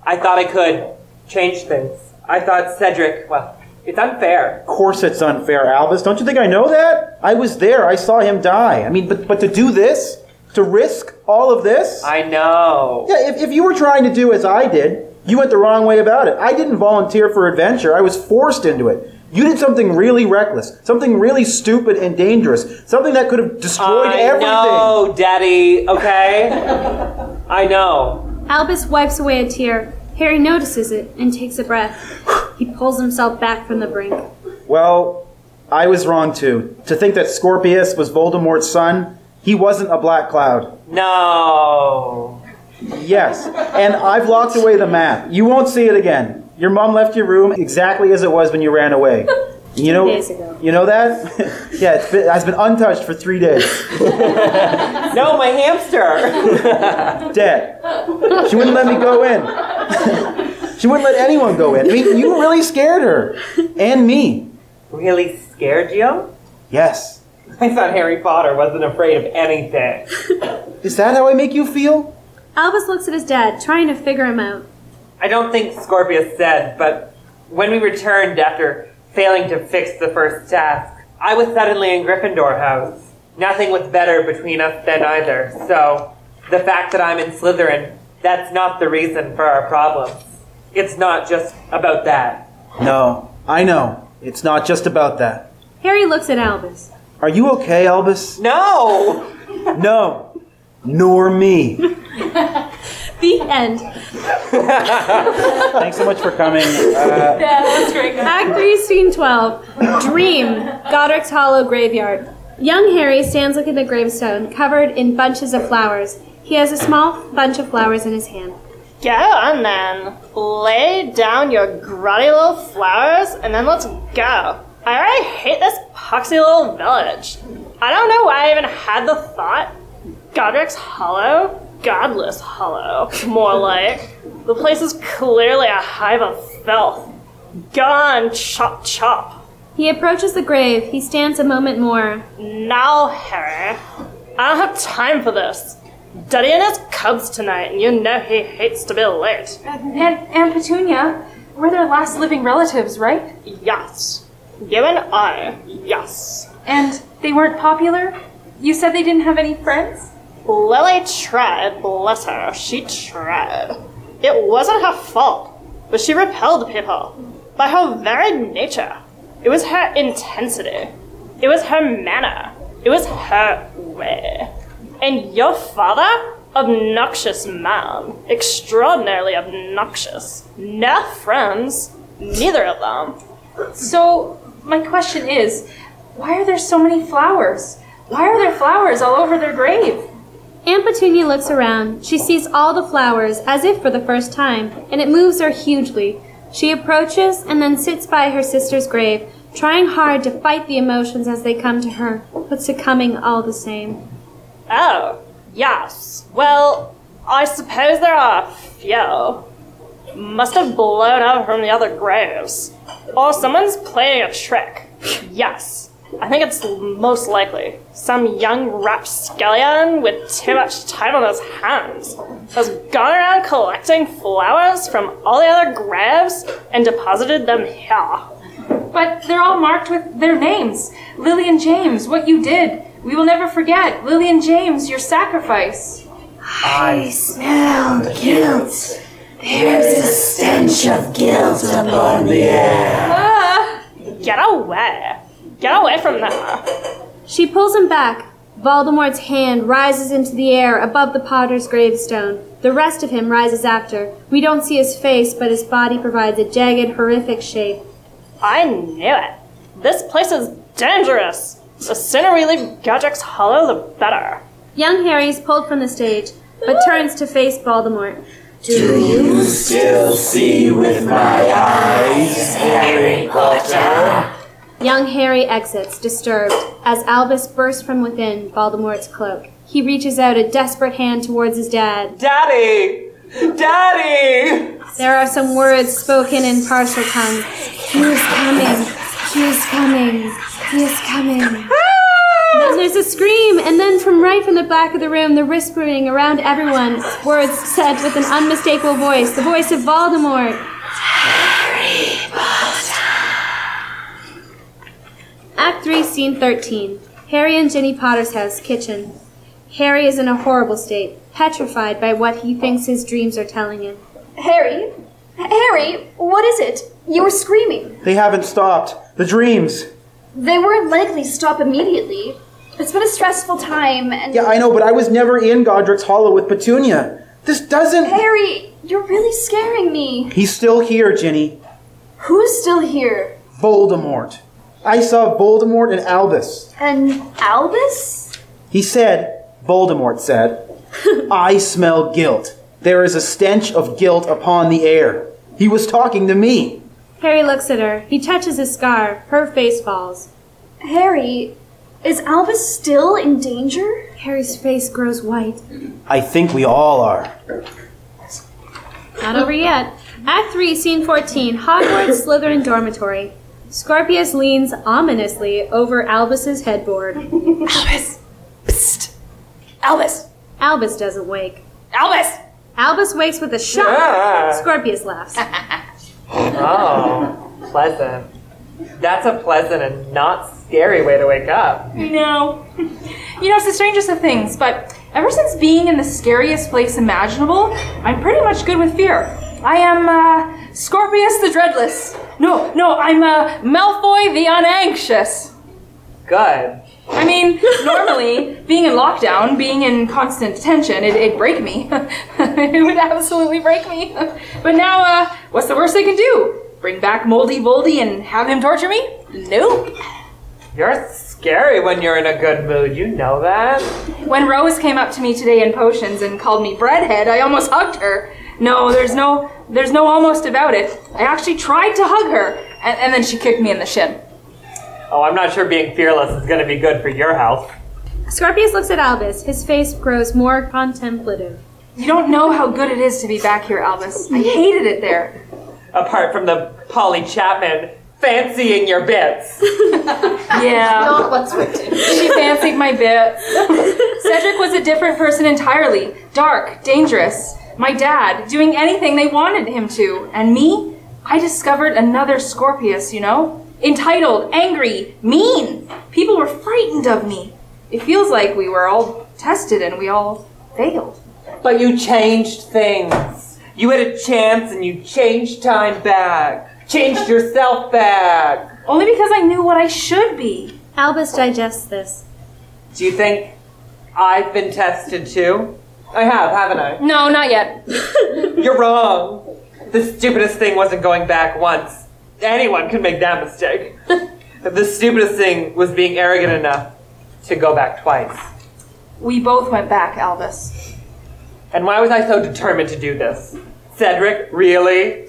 I thought I could change things. I thought Cedric, well, it's unfair.
Of course it's unfair, Albus. Don't you think I know that? I was there. I saw him die. I mean, but, but to do this? To risk all of this?
I know.
Yeah, if, if you were trying to do as I did, you went the wrong way about it. I didn't volunteer for adventure. I was forced into it. You did something really reckless, something really stupid and dangerous, something that could have destroyed
I
everything.
know, Oh, Daddy, okay? I know.
Albus wipes away a tear. Harry notices it and takes a breath. He pulls himself back from the brink.
Well, I was wrong too. To think that Scorpius was Voldemort's son, he wasn't a black cloud.
No.
Yes, and I've locked away the map. You won't see it again. Your mom left your room exactly as it was when you ran away. You know,
days ago.
you know that? yeah, it's been, has been untouched for three days.
No, my hamster.
Dead. She wouldn't let me go in. she wouldn't let anyone go in. I mean, you really scared her and me.
really scared you?
Yes.
I thought Harry Potter wasn't afraid of anything.
Is that how I make you feel?
Albus looks at his dad, trying to figure him out.
I don't think Scorpius said, but when we returned after failing to fix the first task, I was suddenly in Gryffindor House. Nothing was better between us then either, so the fact that I'm in Slytherin, that's not the reason for our problems. It's not just about that.
No, I know. It's not just about that.
Harry looks at Albus.
Are you okay, Albus?
No!
No, nor me.
The end.
Thanks so much for coming. Uh,
that's great. Act 3, Scene 12. Dream, Godric's Hollow Graveyard. Young Harry stands looking at the gravestone, covered in bunches of flowers. He has a small bunch of flowers in his hand.
Go on then. Lay down your grotty little flowers and then let's go. I already hate this poxy little village. I don't know why I even had the thought. Godric's Hollow? Godless Hollow, more like. The place is clearly a hive of filth. Gone, chop chop.
He approaches the grave. He stands a moment more.
Now, Harry, I don't have time for this. Duddy and his cubs tonight, and you know he hates to be late.
And, and Petunia, we're their last living relatives, right?
Yes. You and I, yes.
And they weren't popular? You said they didn't have any friends?
Lily tried, bless her, she tried. It wasn't her fault, but she repelled people by her very nature. It was her intensity. It was her manner. It was her way. And your father? Obnoxious man. Extraordinarily obnoxious. No friends. Neither of them.
So, my question is why are there so many flowers? Why are there flowers all over their grave?
Aunt Petunia looks around. She sees all the flowers, as if for the first time, and it moves her hugely. She approaches and then sits by her sister's grave, trying hard to fight the emotions as they come to her, but succumbing all the same.
Oh, yes. Well, I suppose there are a few. Must have blown up from the other graves. Or someone's playing a trick. Yes. I think it's most likely some young rapscallion with too much time on his hands has gone around collecting flowers from all the other graves and deposited them here.
But they're all marked with their names. Lillian James, what you did. We will never forget. Lillian James, your sacrifice.
I smell guilt. There's a stench of guilt upon the air.
Ah, get away. Get away from there.
She pulls him back. Voldemort's hand rises into the air above the potter's gravestone. The rest of him rises after. We don't see his face, but his body provides a jagged, horrific shape.
I knew it. This place is dangerous. The sooner we leave Godric's Hollow, the better.
Young Harry is pulled from the stage, but turns to face Voldemort.
Do you still see with my eyes, Harry Potter?
Young Harry exits, disturbed, as Albus bursts from within Voldemort's cloak. He reaches out a desperate hand towards his dad.
Daddy! Daddy!
There are some words spoken in parcel tongue. He is coming. He is coming. He is coming.
Ah!
Then there's a scream, and then from right from the back of the room, the whispering around everyone, words said with an unmistakable voice, the voice of Voldemort.
Harry Potter.
Act 3, Scene 13. Harry and Jenny Potter's house, kitchen. Harry is in a horrible state, petrified by what he thinks his dreams are telling him.
Harry? Harry, what is it? You were screaming.
They haven't stopped. The dreams.
They weren't likely to stop immediately. It's been a stressful time, and
Yeah, I know, but I was never in Godric's Hollow with Petunia. This doesn't.
Harry, you're really scaring me.
He's still here, Ginny.
Who's still here?
Voldemort. I saw Voldemort and Albus.
And Albus?
He said, Voldemort said, I smell guilt. There is a stench of guilt upon the air. He was talking to me.
Harry looks at her. He touches his scar. Her face falls.
Harry, is Albus still in danger?
Harry's face grows white.
I think we all are.
Not over yet. Act 3, Scene 14. Hogwarts Slytherin Dormitory. Scorpius leans ominously over Albus's headboard. Albus! Psst! Albus! Albus doesn't wake. Albus! Albus wakes with a shock.
Yeah.
Scorpius laughs.
Oh, pleasant. That's a pleasant and not scary way to wake up.
No. You know, it's the strangest of things, but ever since being in the scariest place imaginable, I'm pretty much good with fear. I am uh, Scorpius the Dreadless. No, no, I'm uh, Malfoy the Unanxious.
Good.
I mean, normally, being in lockdown, being in constant detention, it, it'd break me. it would absolutely break me. but now, uh, what's the worst they can do? Bring back Moldy Voldy and have him torture me? Nope.
You're scary when you're in a good mood, you know that?
When Rose came up to me today in potions and called me breadhead, I almost hugged her. No, there's no, there's no almost about it. I actually tried to hug her, and, and then she kicked me in the shin.
Oh, I'm not sure being fearless is gonna be good for your health.
Scorpius looks at Albus. His face grows more contemplative.
You don't know how good it is to be back here, Albus. I hated it there.
Apart from the Polly Chapman fancying your bits.
Yeah.
Not
what's written. She fancied my bit. Cedric was a different person entirely. Dark, dangerous. My dad, doing anything they wanted him to. And me? I discovered another Scorpius, you know? Entitled, angry, mean. People were frightened of me. It feels like we were all tested and we all failed.
But you changed things. You had a chance and you changed time back. Changed yourself back.
Only because I knew what I should be.
Albus digests this.
Do you think I've been tested too? I have, haven't I?
No, not yet.
You're wrong. The stupidest thing wasn't going back once. Anyone could make that mistake. the stupidest thing was being arrogant enough to go back twice.
We both went back, Albus.
And why was I so determined to do this? Cedric, really?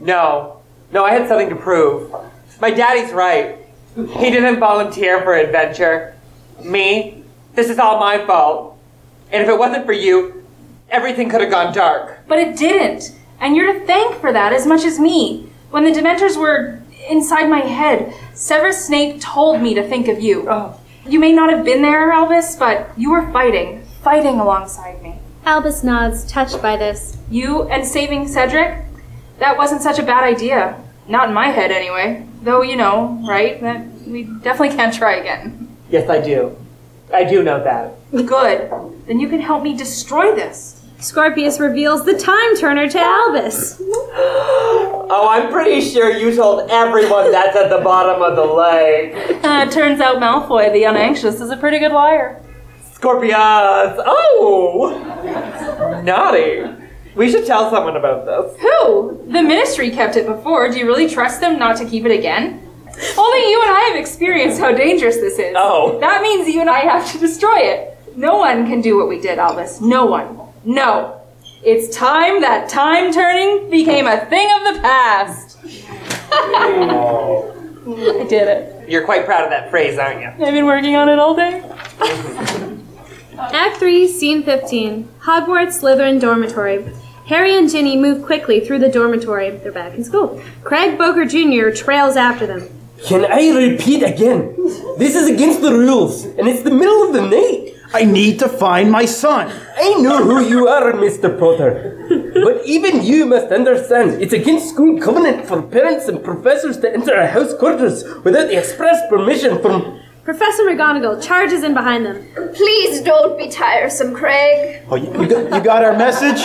no. No, I had something to prove. My daddy's right. He didn't volunteer for adventure. Me? This is all my fault. And if it wasn't for you, everything could have gone dark.
But it didn't. And you're to thank for that as much as me. When the Dementors were inside my head, Severus Snape told me to think of you. You may not have been there, Albus, but you were fighting, fighting alongside me.
Albus nods, touched by this.
You and saving Cedric? That wasn't such a bad idea. Not in my head, anyway. Though, you know, right? That we definitely can't try again.
Yes, I do. I do know that.
Good. Then you can help me destroy this.
Scorpius reveals the time turner to Albus.
Oh, I'm pretty sure you told everyone that's at the bottom of the lake.
Uh, turns out Malfoy, the unanxious, is a pretty good liar.
Scorpius! Oh! Naughty. We should tell someone about this.
Who? The ministry kept it before. Do you really trust them not to keep it again? Only you and I have experienced how dangerous this is.
Oh.
That means you and I have to destroy it. No one can do what we did, Albus. No one. No. It's time that time turning became a thing of the past. I did it.
You're quite proud of that phrase, aren't you?
I've been working on it all day.
Act 3, Scene 15. Hogwarts Slytherin Dormitory. Harry and Ginny move quickly through the dormitory. They're back in school. Craig Boker Jr. trails after them.
Can I repeat again? This is against the rules, and it's the middle of the night. I need to find my son. I know who you are, Mr. Potter. But even you must understand it's against school covenant for parents and professors to enter a house quarters without the express permission from.
Professor McGonagall charges in behind them.
Please don't be tiresome, Craig.
Oh, you, you, got, you got our message?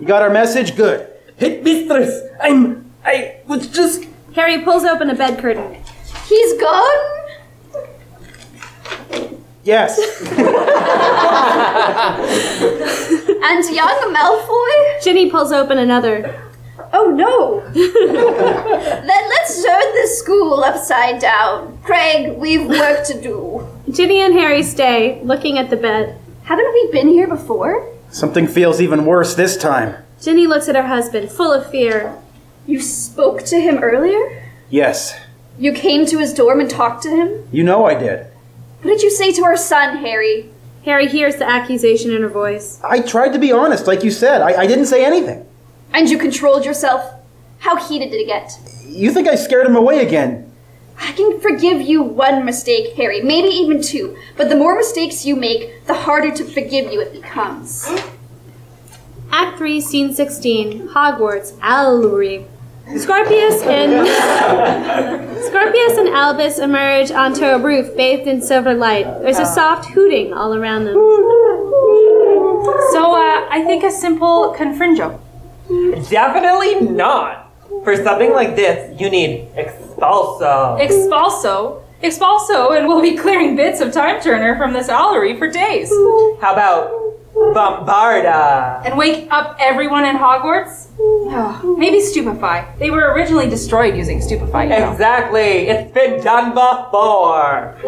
You got our message? Good.
Hit mistress! I'm. I was just.
Harry pulls open a bed curtain.
He's gone?
Yes.
And young Malfoy?
Ginny pulls open another.
Oh no! then let's turn this school upside down. Craig, we've work to do.
Ginny and Harry stay, looking at the bed.
Haven't we been here before?
Something feels even worse this time.
Ginny looks at her husband, full of fear.
You spoke to him earlier?
Yes.
You came to his dorm and talked to him?
You know I did.
What did you say to our son, Harry?
Harry hears the accusation in her voice.
I tried to be honest, like you said. I, I didn't say anything.
And you controlled yourself? How heated did it get?
You think I scared him away again?
I can forgive you one mistake, Harry, maybe even two, but the more mistakes you make, the harder to forgive you it becomes.
Act 3, Scene 16. Hogwarts, Owlry. Scorpius and Scorpius and Albus emerge onto a roof bathed in silver light. There's a soft hooting all around them.
So, uh, I think a simple confringo.
Definitely not. For something like this, you need expulso.
Expulso. Expulso, and we'll be clearing bits of Time Turner from this owlery for days.
How about bombarda?
And wake up everyone in Hogwarts? Ugh, maybe stupefy. They were originally destroyed using stupefy. You know.
Exactly. It's been done before.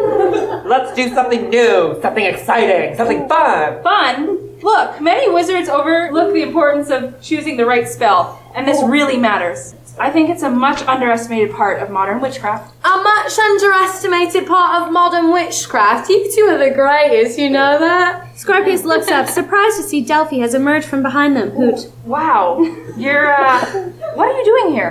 Let's do something new, something exciting, something fun.
Fun? Look, many wizards overlook the importance of choosing the right spell, and
Oh.
this really matters. I think it's a much underestimated part of modern witchcraft.
A much underestimated part of modern witchcraft. You two are the greatest, you know that?
Scorpius looks up, surprised to see Delphi has emerged from behind them. Hoot.
Wow. You're, uh, what are you doing here?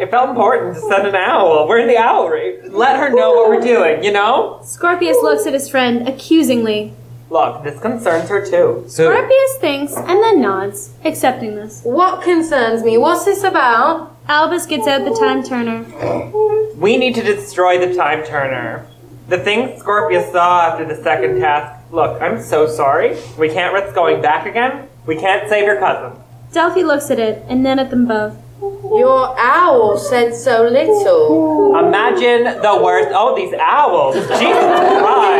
It felt important to send an owl. We're in the owlry. Let her know what we're doing, you know?
Scorpius looks at his friend accusingly.
Look, this concerns her too.
Scorpius thinks and then nods, accepting this.
What concerns me? What's this about?
Albus gets out the time turner.
We need to destroy the time turner. The thing Scorpius saw after the second task. Look, I'm so sorry. We can't risk going back again. We can't save your cousin.
Delphi looks at it and then at them both.
Your owl said so little.
Imagine the worst. Oh, these owls. Jesus Christ.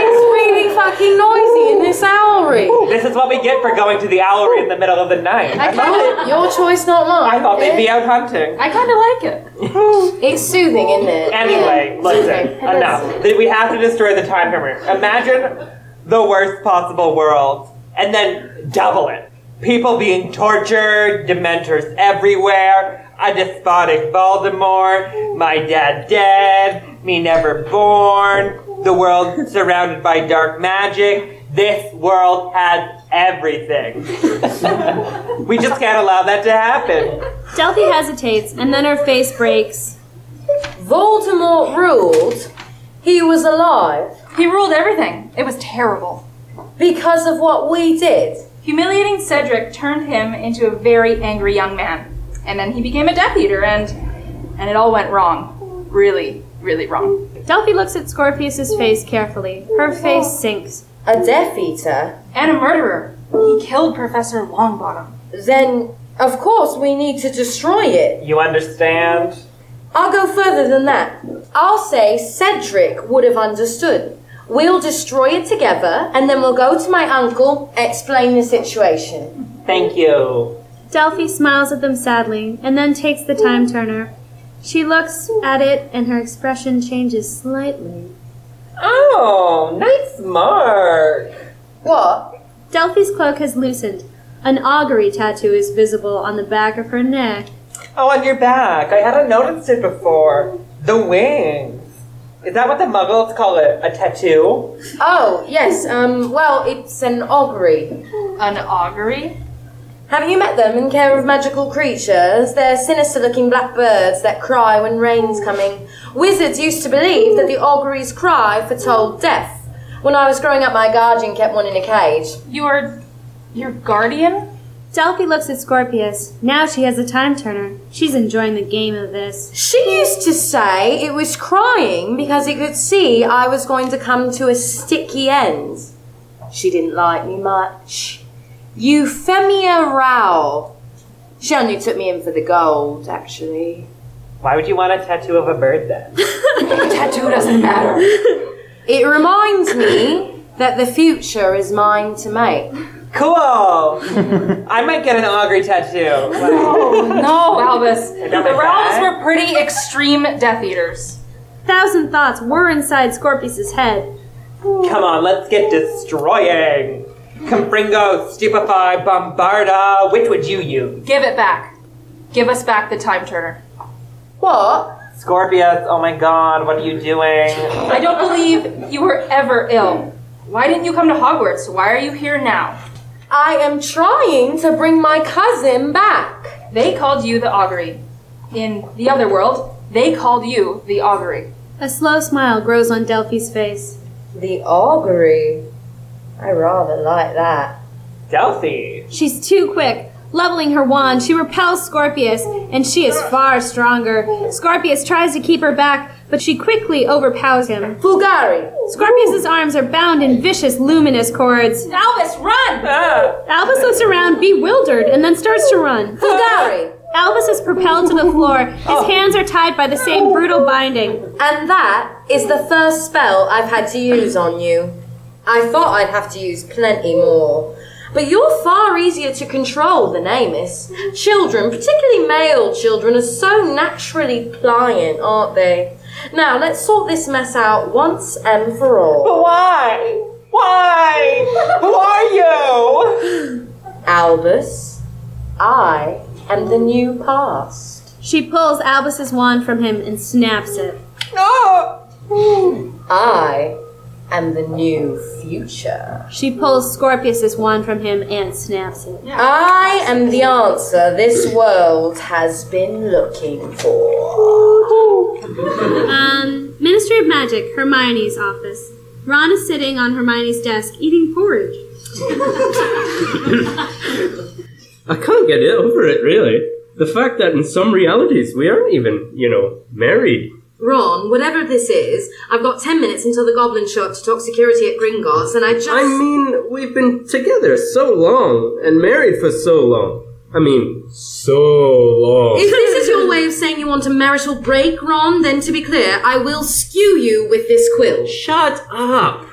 It's really fucking noisy in this owlry.
This is what we get for going to the owlry in the middle of the night.
I kinda, your choice, not mine.
I thought they'd be out hunting.
I kind of like it. it's soothing, isn't it?
Anyway, listen, enough. Th- We have to destroy the time hammer. Imagine the worst possible world and then double it. People being tortured, dementors everywhere, a despotic Voldemort, my dad dead, me never born, the world surrounded by dark magic. This world has everything. we just can't allow that to happen.
Delphi hesitates, and then her face breaks.
Voldemort ruled. He was alive.
He ruled everything. It was terrible.
Because of what we did.
Humiliating Cedric turned him into a very angry young man. And then he became a Death Eater, and and it all went wrong. Really, really wrong.
Delphi looks at Scorpius's face carefully. Her face sinks.
A Death Eater?
And a murderer. He killed Oh, Professor Longbottom.
Then, of course, we need to destroy it.
You understand?
I'll go further than that. I'll say Cedric would have understood. We'll destroy it together, and then we'll go to my uncle, explain the situation.
Thank you.
Delphi smiles at them sadly, and then takes the time turner. She looks at it, and her expression changes slightly.
Oh, nice mark.
What?
Delphi's cloak has loosened. An augury tattoo is visible on the back of her neck.
Oh, on your back. I hadn't noticed it before. The wings. Is that what the muggles call it? A tattoo?
Oh, yes, um, well, it's an augury.
An augury?
Have you met them in Care of Magical Creatures? They're sinister looking black birds that cry when rain's coming. Wizards used to believe that the auguries cry foretold death. When I was growing up, my guardian kept one in a cage.
Your your guardian?
Delphi looks at Scorpius. Now she has a time turner. She's enjoying the game of this.
She used to say it was crying because it could see I was going to come to a sticky end. She didn't like me much. Euphemia Rao. She only took me in for the gold, actually.
Why would you want a tattoo of a bird then?
Tattoo doesn't matter.
It reminds me that the future is mine to make.
Cool. I might get an augury tattoo.
No, Albus. The
don't like
Ralphs
that.
were pretty extreme Death Eaters.
Thousand thoughts were inside Scorpius's head.
Come on, let's get destroying. Confringo, stupefy, bombarda. Which would you use?
Give it back. Give us back the time turner.
What?
Scorpius, oh my god, what are you doing?
I don't believe you were ever ill. Why didn't you come to Hogwarts? Why are you here now?
I am trying to bring my cousin back.
They called you the augury. In the other world, they called you the augury.
A slow smile grows on Delphi's face.
The augury? I rather like that.
Delphi.
She's too quick. Leveling her wand, she repels Scorpius, and she is far stronger. Scorpius tries to keep her back, but she quickly overpowers him.
Bulgari.
Scorpius's arms are bound in vicious, luminous cords.
Albus, run!
Ah,
Albus looks around, bewildered, and then starts to run.
Bulgari.
Albus is propelled to the floor. His hands are tied by the same brutal binding.
And that is the first spell I've had to use on you. I thought I'd have to use plenty more. But you're far easier to control than Amos. Children, particularly male children, are so naturally pliant, aren't they? Now, let's sort this mess out once and for all.
but why? Why? Who are you?
Albus, I am the new past.
She pulls Albus's wand from him and snaps it.
No!
Hmm. I am the new future.
She pulls Scorpius's wand from him and snaps it.
I am the answer this world has been looking for.
Um, Ministry of Magic, Hermione's office. Ron is sitting on Hermione's desk eating porridge.
I can't get it over it, really. The fact that in some realities we aren't even, you know, married.
Ron, whatever this is, I've got ten minutes until the goblin show up to talk security at Gringotts, and I just.
I mean, we've been together so long and married for so long. I mean, so long.
if this is way of saying you want a marital break, Ron, then to be clear, I will skew you with this quill.
Shut up!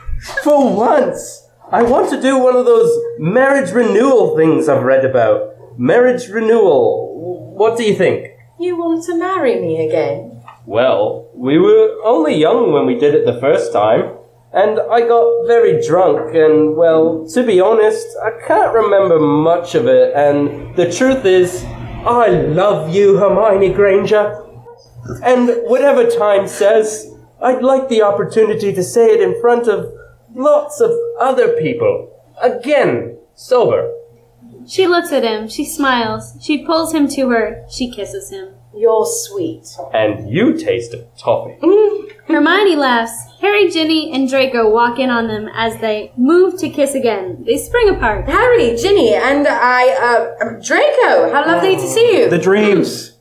For once, I want to do one of those marriage renewal things I've read about. Marriage renewal. What do you think?
You want to marry me again?
Well, we were only young when we did it the first time, and I got very drunk, and well, to be honest, I can't remember much of it, and the truth is, I love you, Hermione Granger. And whatever time says, I'd like the opportunity to say it in front of lots of other people. Again, sober.
She looks at him. She smiles. She pulls him to her. She kisses him.
You're sweet.
And you taste a toffee.
Hermione laughs. Harry, Ginny, and Draco walk in on them as they move to kiss again. They spring apart.
Harry, Ginny, and I, uh, Draco, how lovely to see you.
The dreams.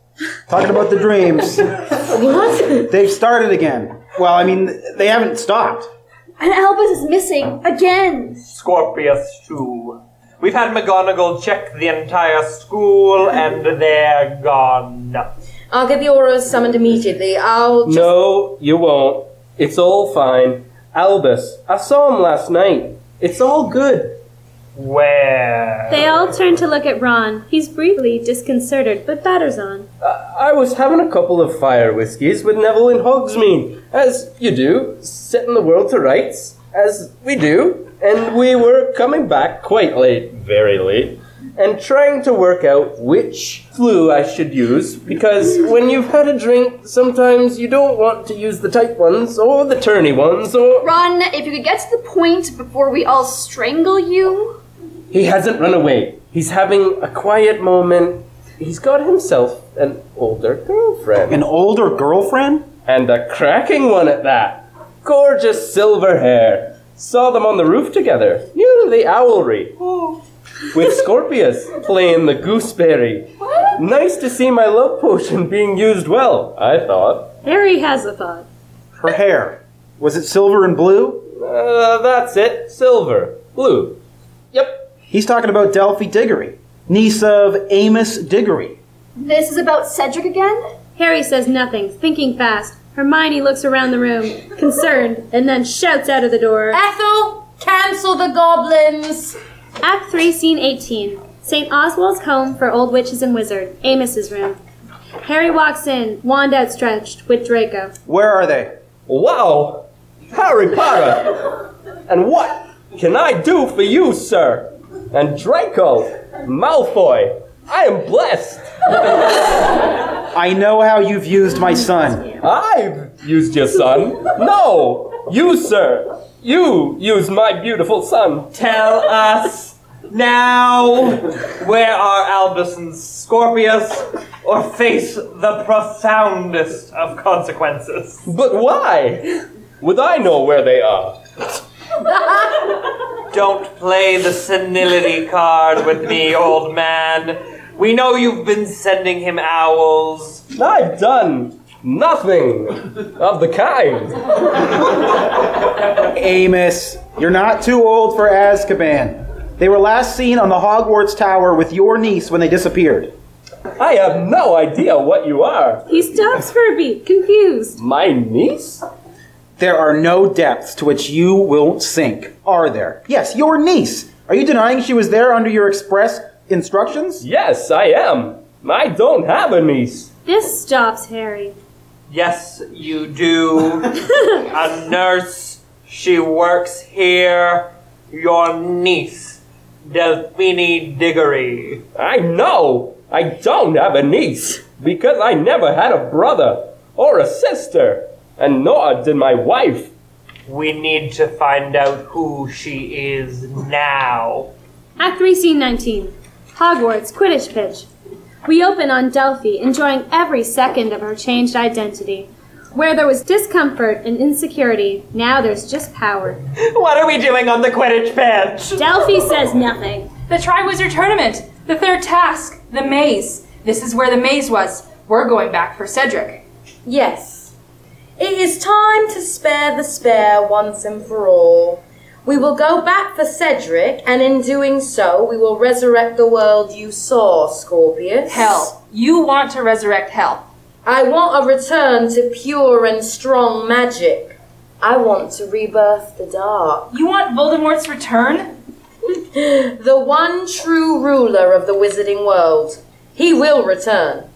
Talking about the dreams.
what?
They've started again. Well, I mean, they haven't stopped.
And Albus is missing again.
Scorpius too. We've had McGonagall check the entire school, and they're gone.
I'll get the aura summoned immediately. I'll just.
No, you won't. It's all fine. Albus, I saw him last night. It's all good.
Where?
They all turn to look at Ron. He's briefly disconcerted, but batters on.
I was having a couple of fire whiskies with Neville and Hogsmeade, as you do, setting the world to rights, as we do, and we were coming back quite late, very late, and trying to work out which flu I should use, because when you've had a drink, sometimes you don't want to use the tight ones, or the turny ones, or.
Run, if you could get to the point before we all strangle you.
He hasn't run away. He's having a quiet moment. He's got himself an older girlfriend.
An older girlfriend?
And a cracking one at that. Gorgeous silver hair. Saw them on the roof together, near the owlry. With Scorpius playing the gooseberry. Nice to see my love potion being used well, I thought.
Harry has a thought.
Her hair. Was it silver and blue?
Uh, that's it. Silver. Blue.
He's talking about Delphi Diggory, niece of Amos Diggory.
This is about Cedric again?
Harry says nothing, thinking fast. Hermione looks around the room, concerned, and then shouts out of the door.
Ethel, cancel the goblins!
Act 3, Scene 18. St. Oswald's home for old witches and wizard. Amos's room. Harry walks in, wand outstretched, with Draco.
Where are they?
Wow! Harry Potter! and what can I do for you, sir? And Draco! Malfoy! I am blessed!
I know how you've used my son.
I've used your son. No, you, sir. You use my beautiful son.
Tell us now where are Albus and Scorpius, or face the profoundest of consequences.
But why? Would I know where they are?
Don't play the senility card with me, old man. We know you've been sending him owls.
I've done nothing of the kind.
Amos, you're not too old for Azkaban. They were last seen on the Hogwarts Tower with your niece when they disappeared.
I have no idea what you are.
He stops for a beat, confused.
My niece?
There are no depths to which you will sink, are there? Yes, your niece. Are you denying she was there under your express instructions?
Yes, I am. I don't have a niece.
This stops Harry.
Yes, you do. A nurse. She works here. Your niece, Delphine Diggory.
I know I don't have a niece because I never had a brother or a sister, and nor did my wife.
We need to find out who she is now.
Act 3, Scene 19. Hogwarts, Quidditch Pitch. We open on Delphi, enjoying every second of her changed identity. Where there was discomfort and insecurity, now there's just power.
What are we doing on the Quidditch pitch?
Delphi says nothing.
The Triwizard Tournament, the third task, the maze. This is where the maze was. We're going back for Cedric.
Yes. It is time to spare the spare once and for all. We will go back for Cedric, and in doing so, we will resurrect the world you saw, Scorpius.
Hell. You want to resurrect hell.
I want a return to pure and strong magic. I want to rebirth the dark.
You want Voldemort's return?
the one true ruler of the wizarding world. He will return.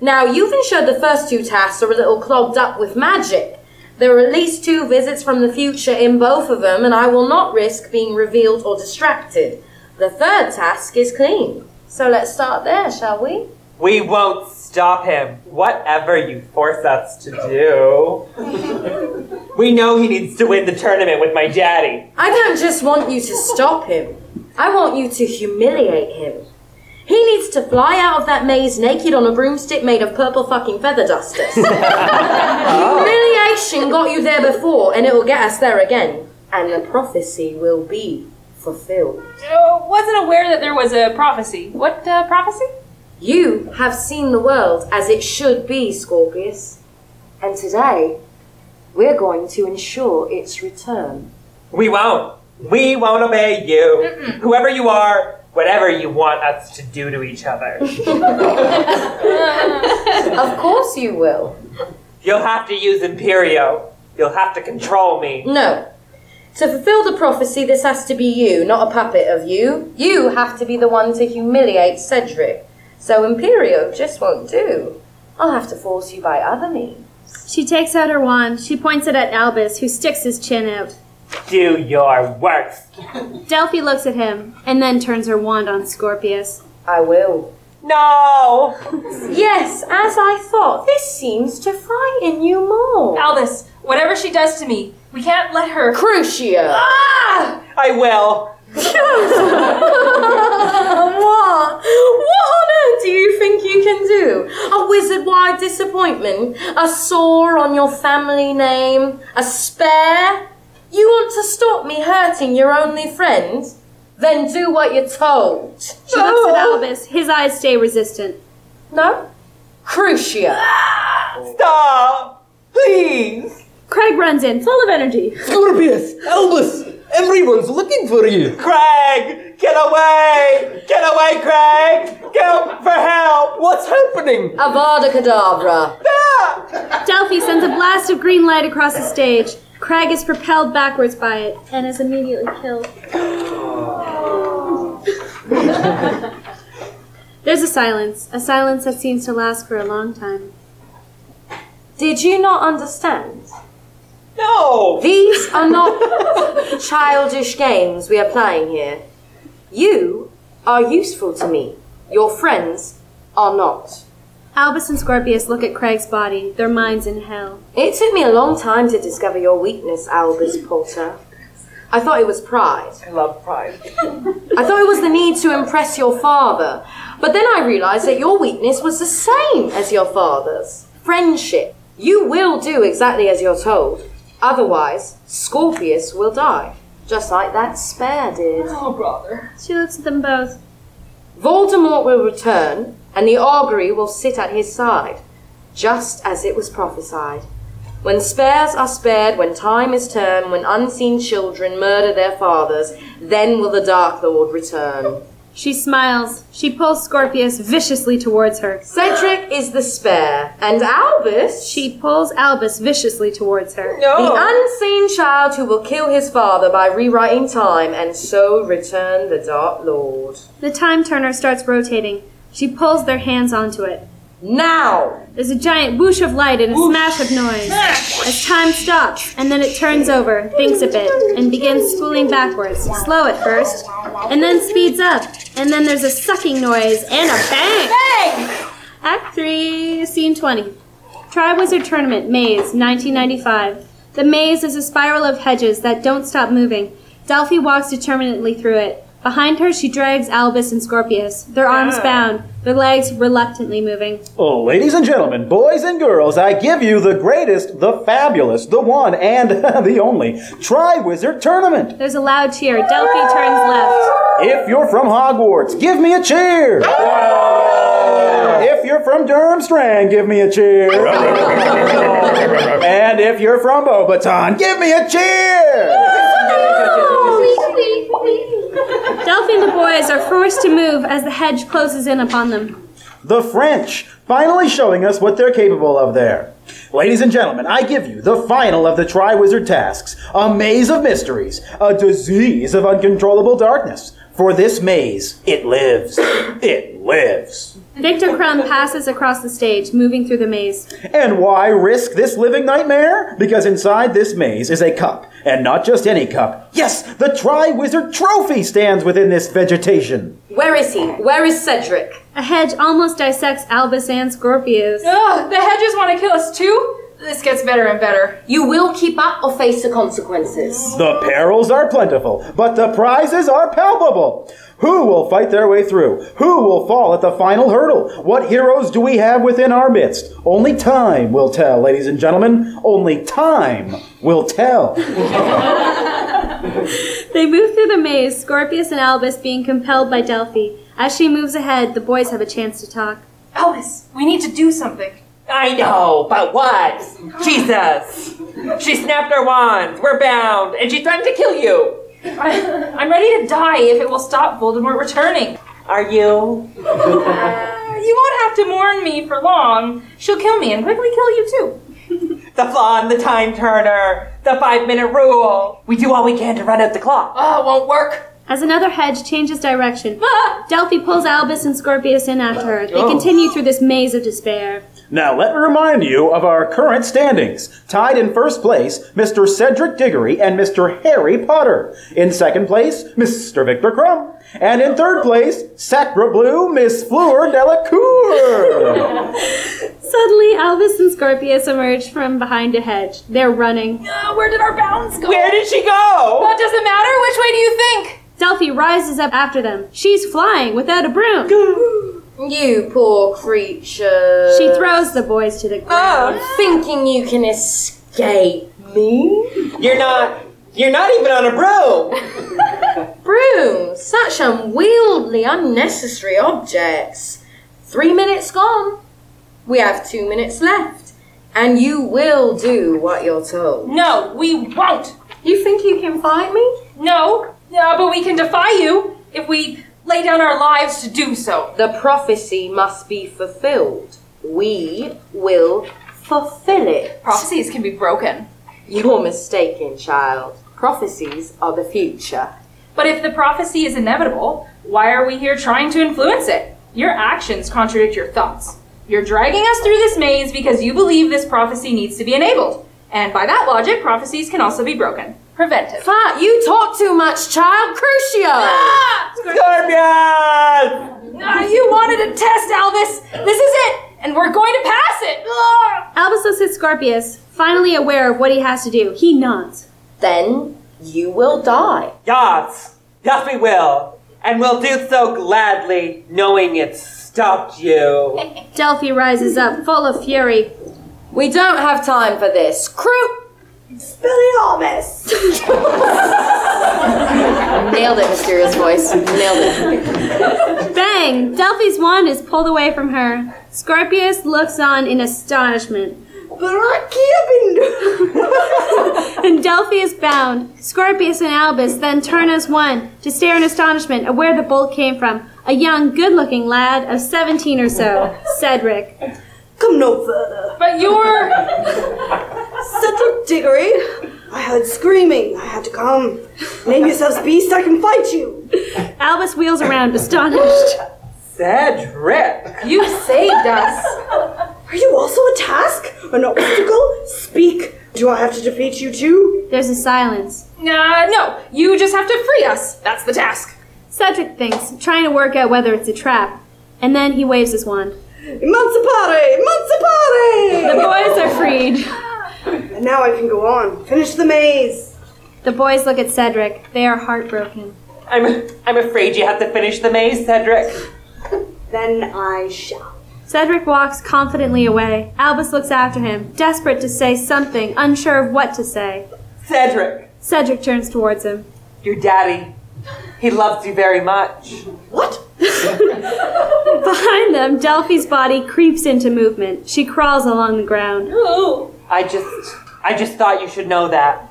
Now, you've ensured the first two tasks are a little clogged up with magic. There are at least two visits from the future in both of them, and I will not risk being revealed or distracted. The third task is clean. So let's start there, shall we?
We won't stop him, whatever you force us to do. we know he needs to win the tournament with my daddy.
I don't just want you to stop him, I want you to humiliate him. He needs to fly out of that maze naked on a broomstick made of purple fucking feather dusters. Humiliation got you there before, and it will get us there again. And the prophecy will be fulfilled.
Uh, wasn't aware that there was a prophecy. What uh, prophecy?
You have seen the world as it should be, Scorpius. And today, we're going to ensure its return.
We won't. We won't obey you. Whoever you are, whatever you want us to do to each other.
of course you will.
You'll have to use Imperio. You'll have to control me.
No. To fulfill the prophecy, this has to be you, not a puppet of you. You have to be the one to humiliate Cedric. So Imperio just won't do. I'll have to force you by other means.
She takes out her wand. She points it at Albus, who sticks his chin out.
Do your worst.
Delphi looks at him and then turns her wand on Scorpius.
I will.
Oh.
No!
yes, as I thought, this seems to frighten you more.
Albus, whatever she does to me, we can't let her.
Crucio!
Ah!
I will.
what? What on earth do you think you can do? A wizard wide disappointment? A sore on your family name? A spare? You want to stop me hurting your only friend? Then do what you're told.
She looks at Albus. His eyes stay resistant.
No? Crucia.
Stop! Please!
Craig runs in, full of energy.
Scorpius! Albus! Everyone's looking for you!
Craig! Get away! Get away, Craig! Go for help!
What's happening?
Avada Kedavra.
Ah!
Delphi sends a blast of green light across the stage. Craig is propelled backwards by it and is immediately killed. There's a silence, a silence that seems to last for a long time.
Did you not understand?
No!
These are not childish games we are playing here. You are useful to me. Your friends are not.
Albus and Scorpius look at Craig's body, their minds in hell.
It took me a long time to discover your weakness, Albus Potter. I thought it was pride.
I love pride.
I thought it was the need to impress your father. But then I realized that your weakness was the same as your father's friendship. You will do exactly as you're told. Otherwise, Scorpius will die, just like that spare did.
Oh, brother.
She looks at them both.
Voldemort will return, and the augury will sit at his side, just as it was prophesied. When spares are spared, when time is turned, when unseen children murder their fathers, then will the Dark Lord return.
She smiles. She pulls Scorpius viciously towards her.
Cedric is the spare, and Albus.
She pulls Albus viciously towards her.
No!
The unseen child who will kill his father by rewriting time and so return the Dark Lord.
The time turner starts rotating. She pulls their hands onto it.
Now!
There's a giant whoosh of light and a smash of noise. As time stops, and then it turns over, thinks a bit, and begins spooling backwards, slow at first, and then speeds up, and then there's a sucking noise and a bang!
Bang!
Act 3, Scene 20. Tri Wizard Tournament, Maze, 1995. The maze is a spiral of hedges that don't stop moving. Delphi walks determinately through it. Behind her, she drags Albus and Scorpius, their arms bound, their legs reluctantly moving.
Oh, ladies and gentlemen, boys and girls, I give you the greatest, the fabulous, the one and the only Tri Wizard Tournament.
There's a loud cheer. Delphi turns left.
If you're from Hogwarts, give me a cheer. If you're from Durmstrang, give me a cheer. and if you're from Bobaton, give me a cheer.
Delphi and the boys are forced to move as the hedge closes in upon them.
The French,
finally showing us what they're capable of there. Ladies and gentlemen, I give you the final of the Triwizard tasks a maze of mysteries, a disease of uncontrollable darkness. For this maze, it lives. it lives.
Victor Crumb passes across the stage, moving through the maze.
And why risk this living nightmare? Because inside this maze is a cup, and not just any cup. Yes, the Triwizard Trophy stands within this vegetation.
Where is he? Where is Cedric?
A hedge almost dissects Albus and Scorpius.
Ugh, the hedges want to kill us too? This gets better and better.
You will keep up or face the consequences.
The perils are plentiful, but the prizes are palpable. Who will fight their way through? Who will fall at the final hurdle? What heroes do we have within our midst? Only time will tell, ladies and gentlemen. Only time will tell.
They move through the maze, Scorpius and Albus being compelled by Delphi. As she moves ahead, the boys have a chance to talk.
Albus, we need to do something.
I know, but what? Jesus! She snapped her wand. We're bound, and she's trying to kill you.
I, I'm ready to die if it will stop Voldemort returning.
Are you?
Uh, you won't have to mourn me for long. She'll kill me and quickly kill you too.
The flaw in the time turner. The five minute rule. We do all we can to run out the clock.
Oh, it won't work. Ah.
As another hedge changes direction, Delphi pulls Albus and Scorpius in after her. They continue through this maze of despair.
Now, let me remind you of our current standings. Tied in first place, Mr. Cedric Diggory and Mr. Harry Potter. In second place, Mr. Victor Crumb. And in third place, Sacra Blue, Miss Fleur Delacour.
Suddenly, Albus and Scorpius emerge from behind a hedge. They're running.
Uh, where did our bounds go?
Where did she go?
What does it matter? Which way do you think?
Delphi rises up after them. She's flying without a broom.
You poor creature. Oh,
She throws the boys to the ground.
Thinking you can escape me?
You're not. You're not even on a broom.
Broom, such unwieldy, unnecessary objects. Three minutes gone. We have two minutes left. And you will do what you're told.
No, we won't.
You think you can fight me?
No, uh, but we can defy you if we lay down our lives to do so.
The prophecy must be fulfilled. We will fulfill it.
Prophecies can be broken.
You're mistaken, child. Prophecies are the future.
But if the prophecy is inevitable, why are we here trying to influence it? Your actions contradict your thoughts. You're dragging us through this maze because you believe this prophecy needs to be enabled. And by that logic, prophecies can also be broken. Prevented.
Fat, you talk too much, child. Crucio!
Ah!
Scorpion!
Ah, you wanted a test, Alvis! This is it! And we're going to pass it! Ah!
Albus looks at Scorpius, finally aware of what he has to do. He nods.
Then you will die.
Yes. Yes, we will. And we'll do so gladly, knowing it stopped you.
Delphi rises up, full of fury.
We don't have time for this. Croup!
Biliomus!
Nailed it, mysterious voice. Nailed it.
Bang! Delphi's wand is pulled away from her. Scorpius looks on in astonishment. and Delphi is bound. Scorpius and Albus then turn as one to stare in astonishment at where the bolt came from. A young, good looking lad of 17 or so, Cedric.
Come no further.
But you're.
Cedric Diggory, I heard screaming. I had to come. Name yourselves beast, I can fight you.
Albus wheels around, astonished.
Cedric!
You saved us!
Are you also a task? An obstacle? Speak. Do I have to defeat you too?
There's a silence.
Uh, no, you just have to free us. That's the task.
Cedric thinks, trying to work out whether it's a trap. And then he waves his wand.
Emancipare!
The
Emancipare!
boys are freed.
And now I can go on. Finish the maze.
The boys look at Cedric. They are heartbroken.
I'm, I'm afraid you have to finish the maze, Cedric.
Then I shall.
Cedric walks confidently away. Albus looks after him, desperate to say something, unsure of what to say.
Cedric,
Cedric turns towards him.
your daddy. He loves you very much.
Behind them, Delphi's body creeps into movement. She crawls along the ground.
Ooh.
I just, I just thought you should know that.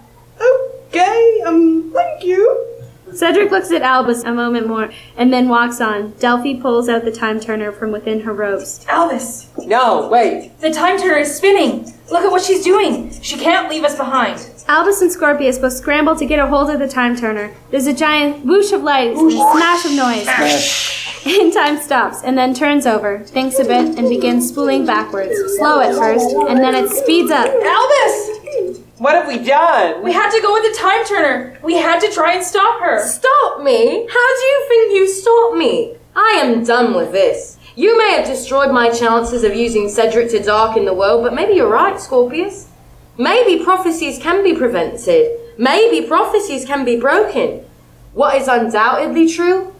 Okay, um, thank you.
Cedric looks at Albus a moment more and then walks on. Delphi pulls out the time turner from within her robes.
Albus!
No, wait.
The time turner is spinning. Look at what she's doing. She can't leave us behind.
Albus and Scorpius both scramble to get a hold of the time turner. There's a giant whoosh of lights and a smash of noise. And time stops and then turns over, thinks a bit, and begins spooling backwards. Slow at first, and then it speeds up.
Albus!
What have we done?
We had to go with the time turner. We had to try and stop her.
Stop me? How do you think you stop me? I am done with this. You may have destroyed my chances of using Cedric to darken the world, but maybe you're right, Scorpius. Maybe prophecies can be prevented. Maybe prophecies can be broken. What is undoubtedly true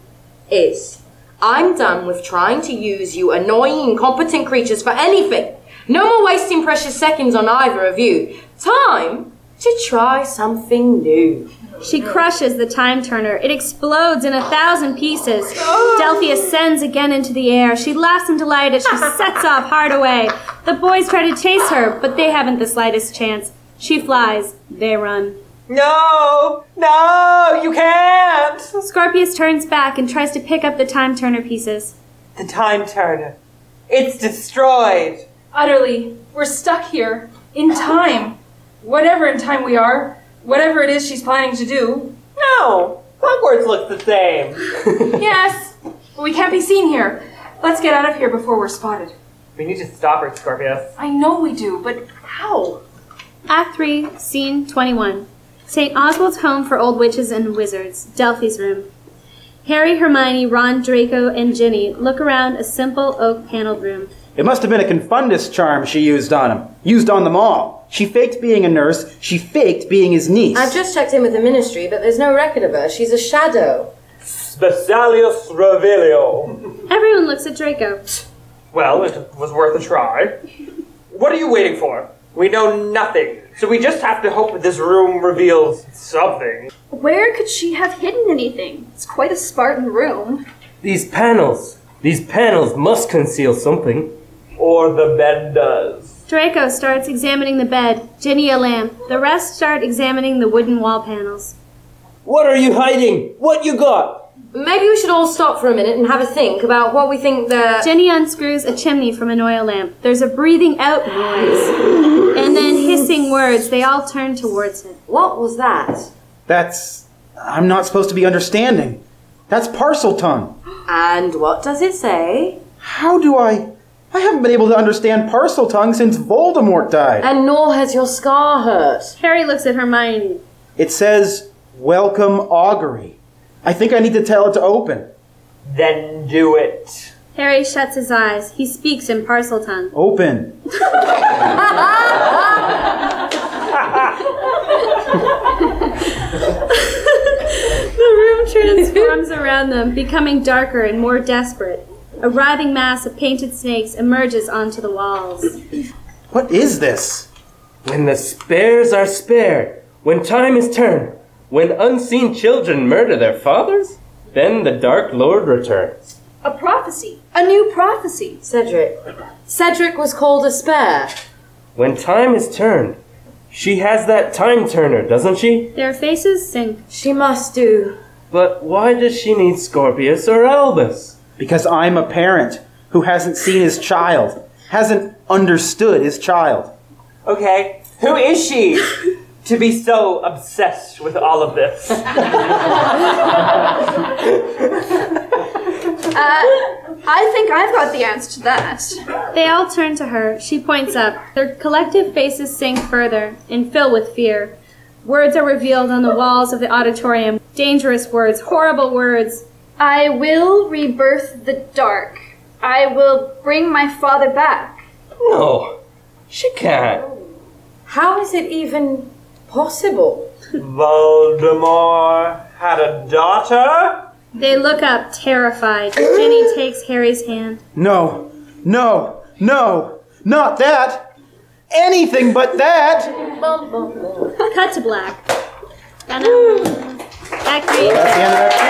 is I'm done with trying to use you annoying, incompetent creatures for anything. No more wasting precious seconds on either of you. Time to try something new.
She crushes the time turner. It explodes in a thousand pieces. Delphi ascends again into the air. She laughs in delight as she sets off hard away. The boys try to chase her, but they haven't the slightest chance. She flies. They run.
No, no, you can't.
Scorpius turns back and tries to pick up the time turner pieces.
The time turner. It's destroyed.
Utterly. We're stuck here. In time. Whatever in time we are. Whatever it is she's planning to do.
No, Hogwarts looks the same.
yes. But we can't be seen here. Let's get out of here before we're spotted.
We need to stop her, Scorpius.
I know we do, but how?
Act 3, Scene 21. St. Oswald's Home for Old Witches and Wizards, Delphi's Room. Harry, Hermione, Ron, Draco, and Ginny look around a simple oak paneled room.
It must have been a confundus charm she used on him. Used on them all. She faked being a nurse. She faked being his niece.
I've just checked in with the ministry, but there's no record of her. She's a shadow.
Specialius Revelio.
Everyone looks at Draco.
Well, it was worth a try. What are you waiting for? We know nothing, so we just have to hope that this room reveals something.
Where could she have hidden anything? It's quite a Spartan room.
These panels. These panels must conceal something.
Or the bed does.
Draco starts examining the bed, Ginny a lamp. The rest start examining the wooden wall panels.
What are you hiding? What you got?
Maybe we should all stop for a minute and have a think about what we think the.
Jenny unscrews a chimney from an oil lamp. There's a breathing out noise. And then hissing words, they all turn towards it.
What was that?
That's. I'm not supposed to be understanding. That's parcel tongue.
And what does it say?
How do I. I haven't been able to understand parcel tongue since Voldemort died.
And nor has your scar hurt.
Harry looks at Hermione.
It says, Welcome Augury. I think I need to tell it to open.
Then do it.
Harry shuts his eyes. He speaks in parcel tongue.
Open.
Uh,
the room transforms around them, becoming darker and more desperate. A writhing mass of painted snakes emerges onto the walls.
What is this?
When the spares are spared, when time is turned, when unseen children murder their fathers, then the Dark Lord returns.
A prophecy. A new prophecy.
Cedric. Cedric was called a spare.
When time is turned, she has that time turner, doesn't she?
Their faces sink.
She must do.
But why does she need Scorpius or Albus?
Because I'm a parent who hasn't seen his child, hasn't understood his child.
Okay, who is she to be so obsessed with all of this?
Uh, I think I've got the answer to that.
They all turn to her. She points up. Their collective faces sink further and fill with fear. Words are revealed on the walls of the auditorium. Dangerous words, horrible words.
I will rebirth the dark. I will bring my father back.
No, she can't.
How is it even possible?
Voldemort had a daughter?
They look up, terrified. Ginny takes Harry's hand.
No, no, no, not that. Anything but that.
Cut to black. um, Act three.
That's the end of that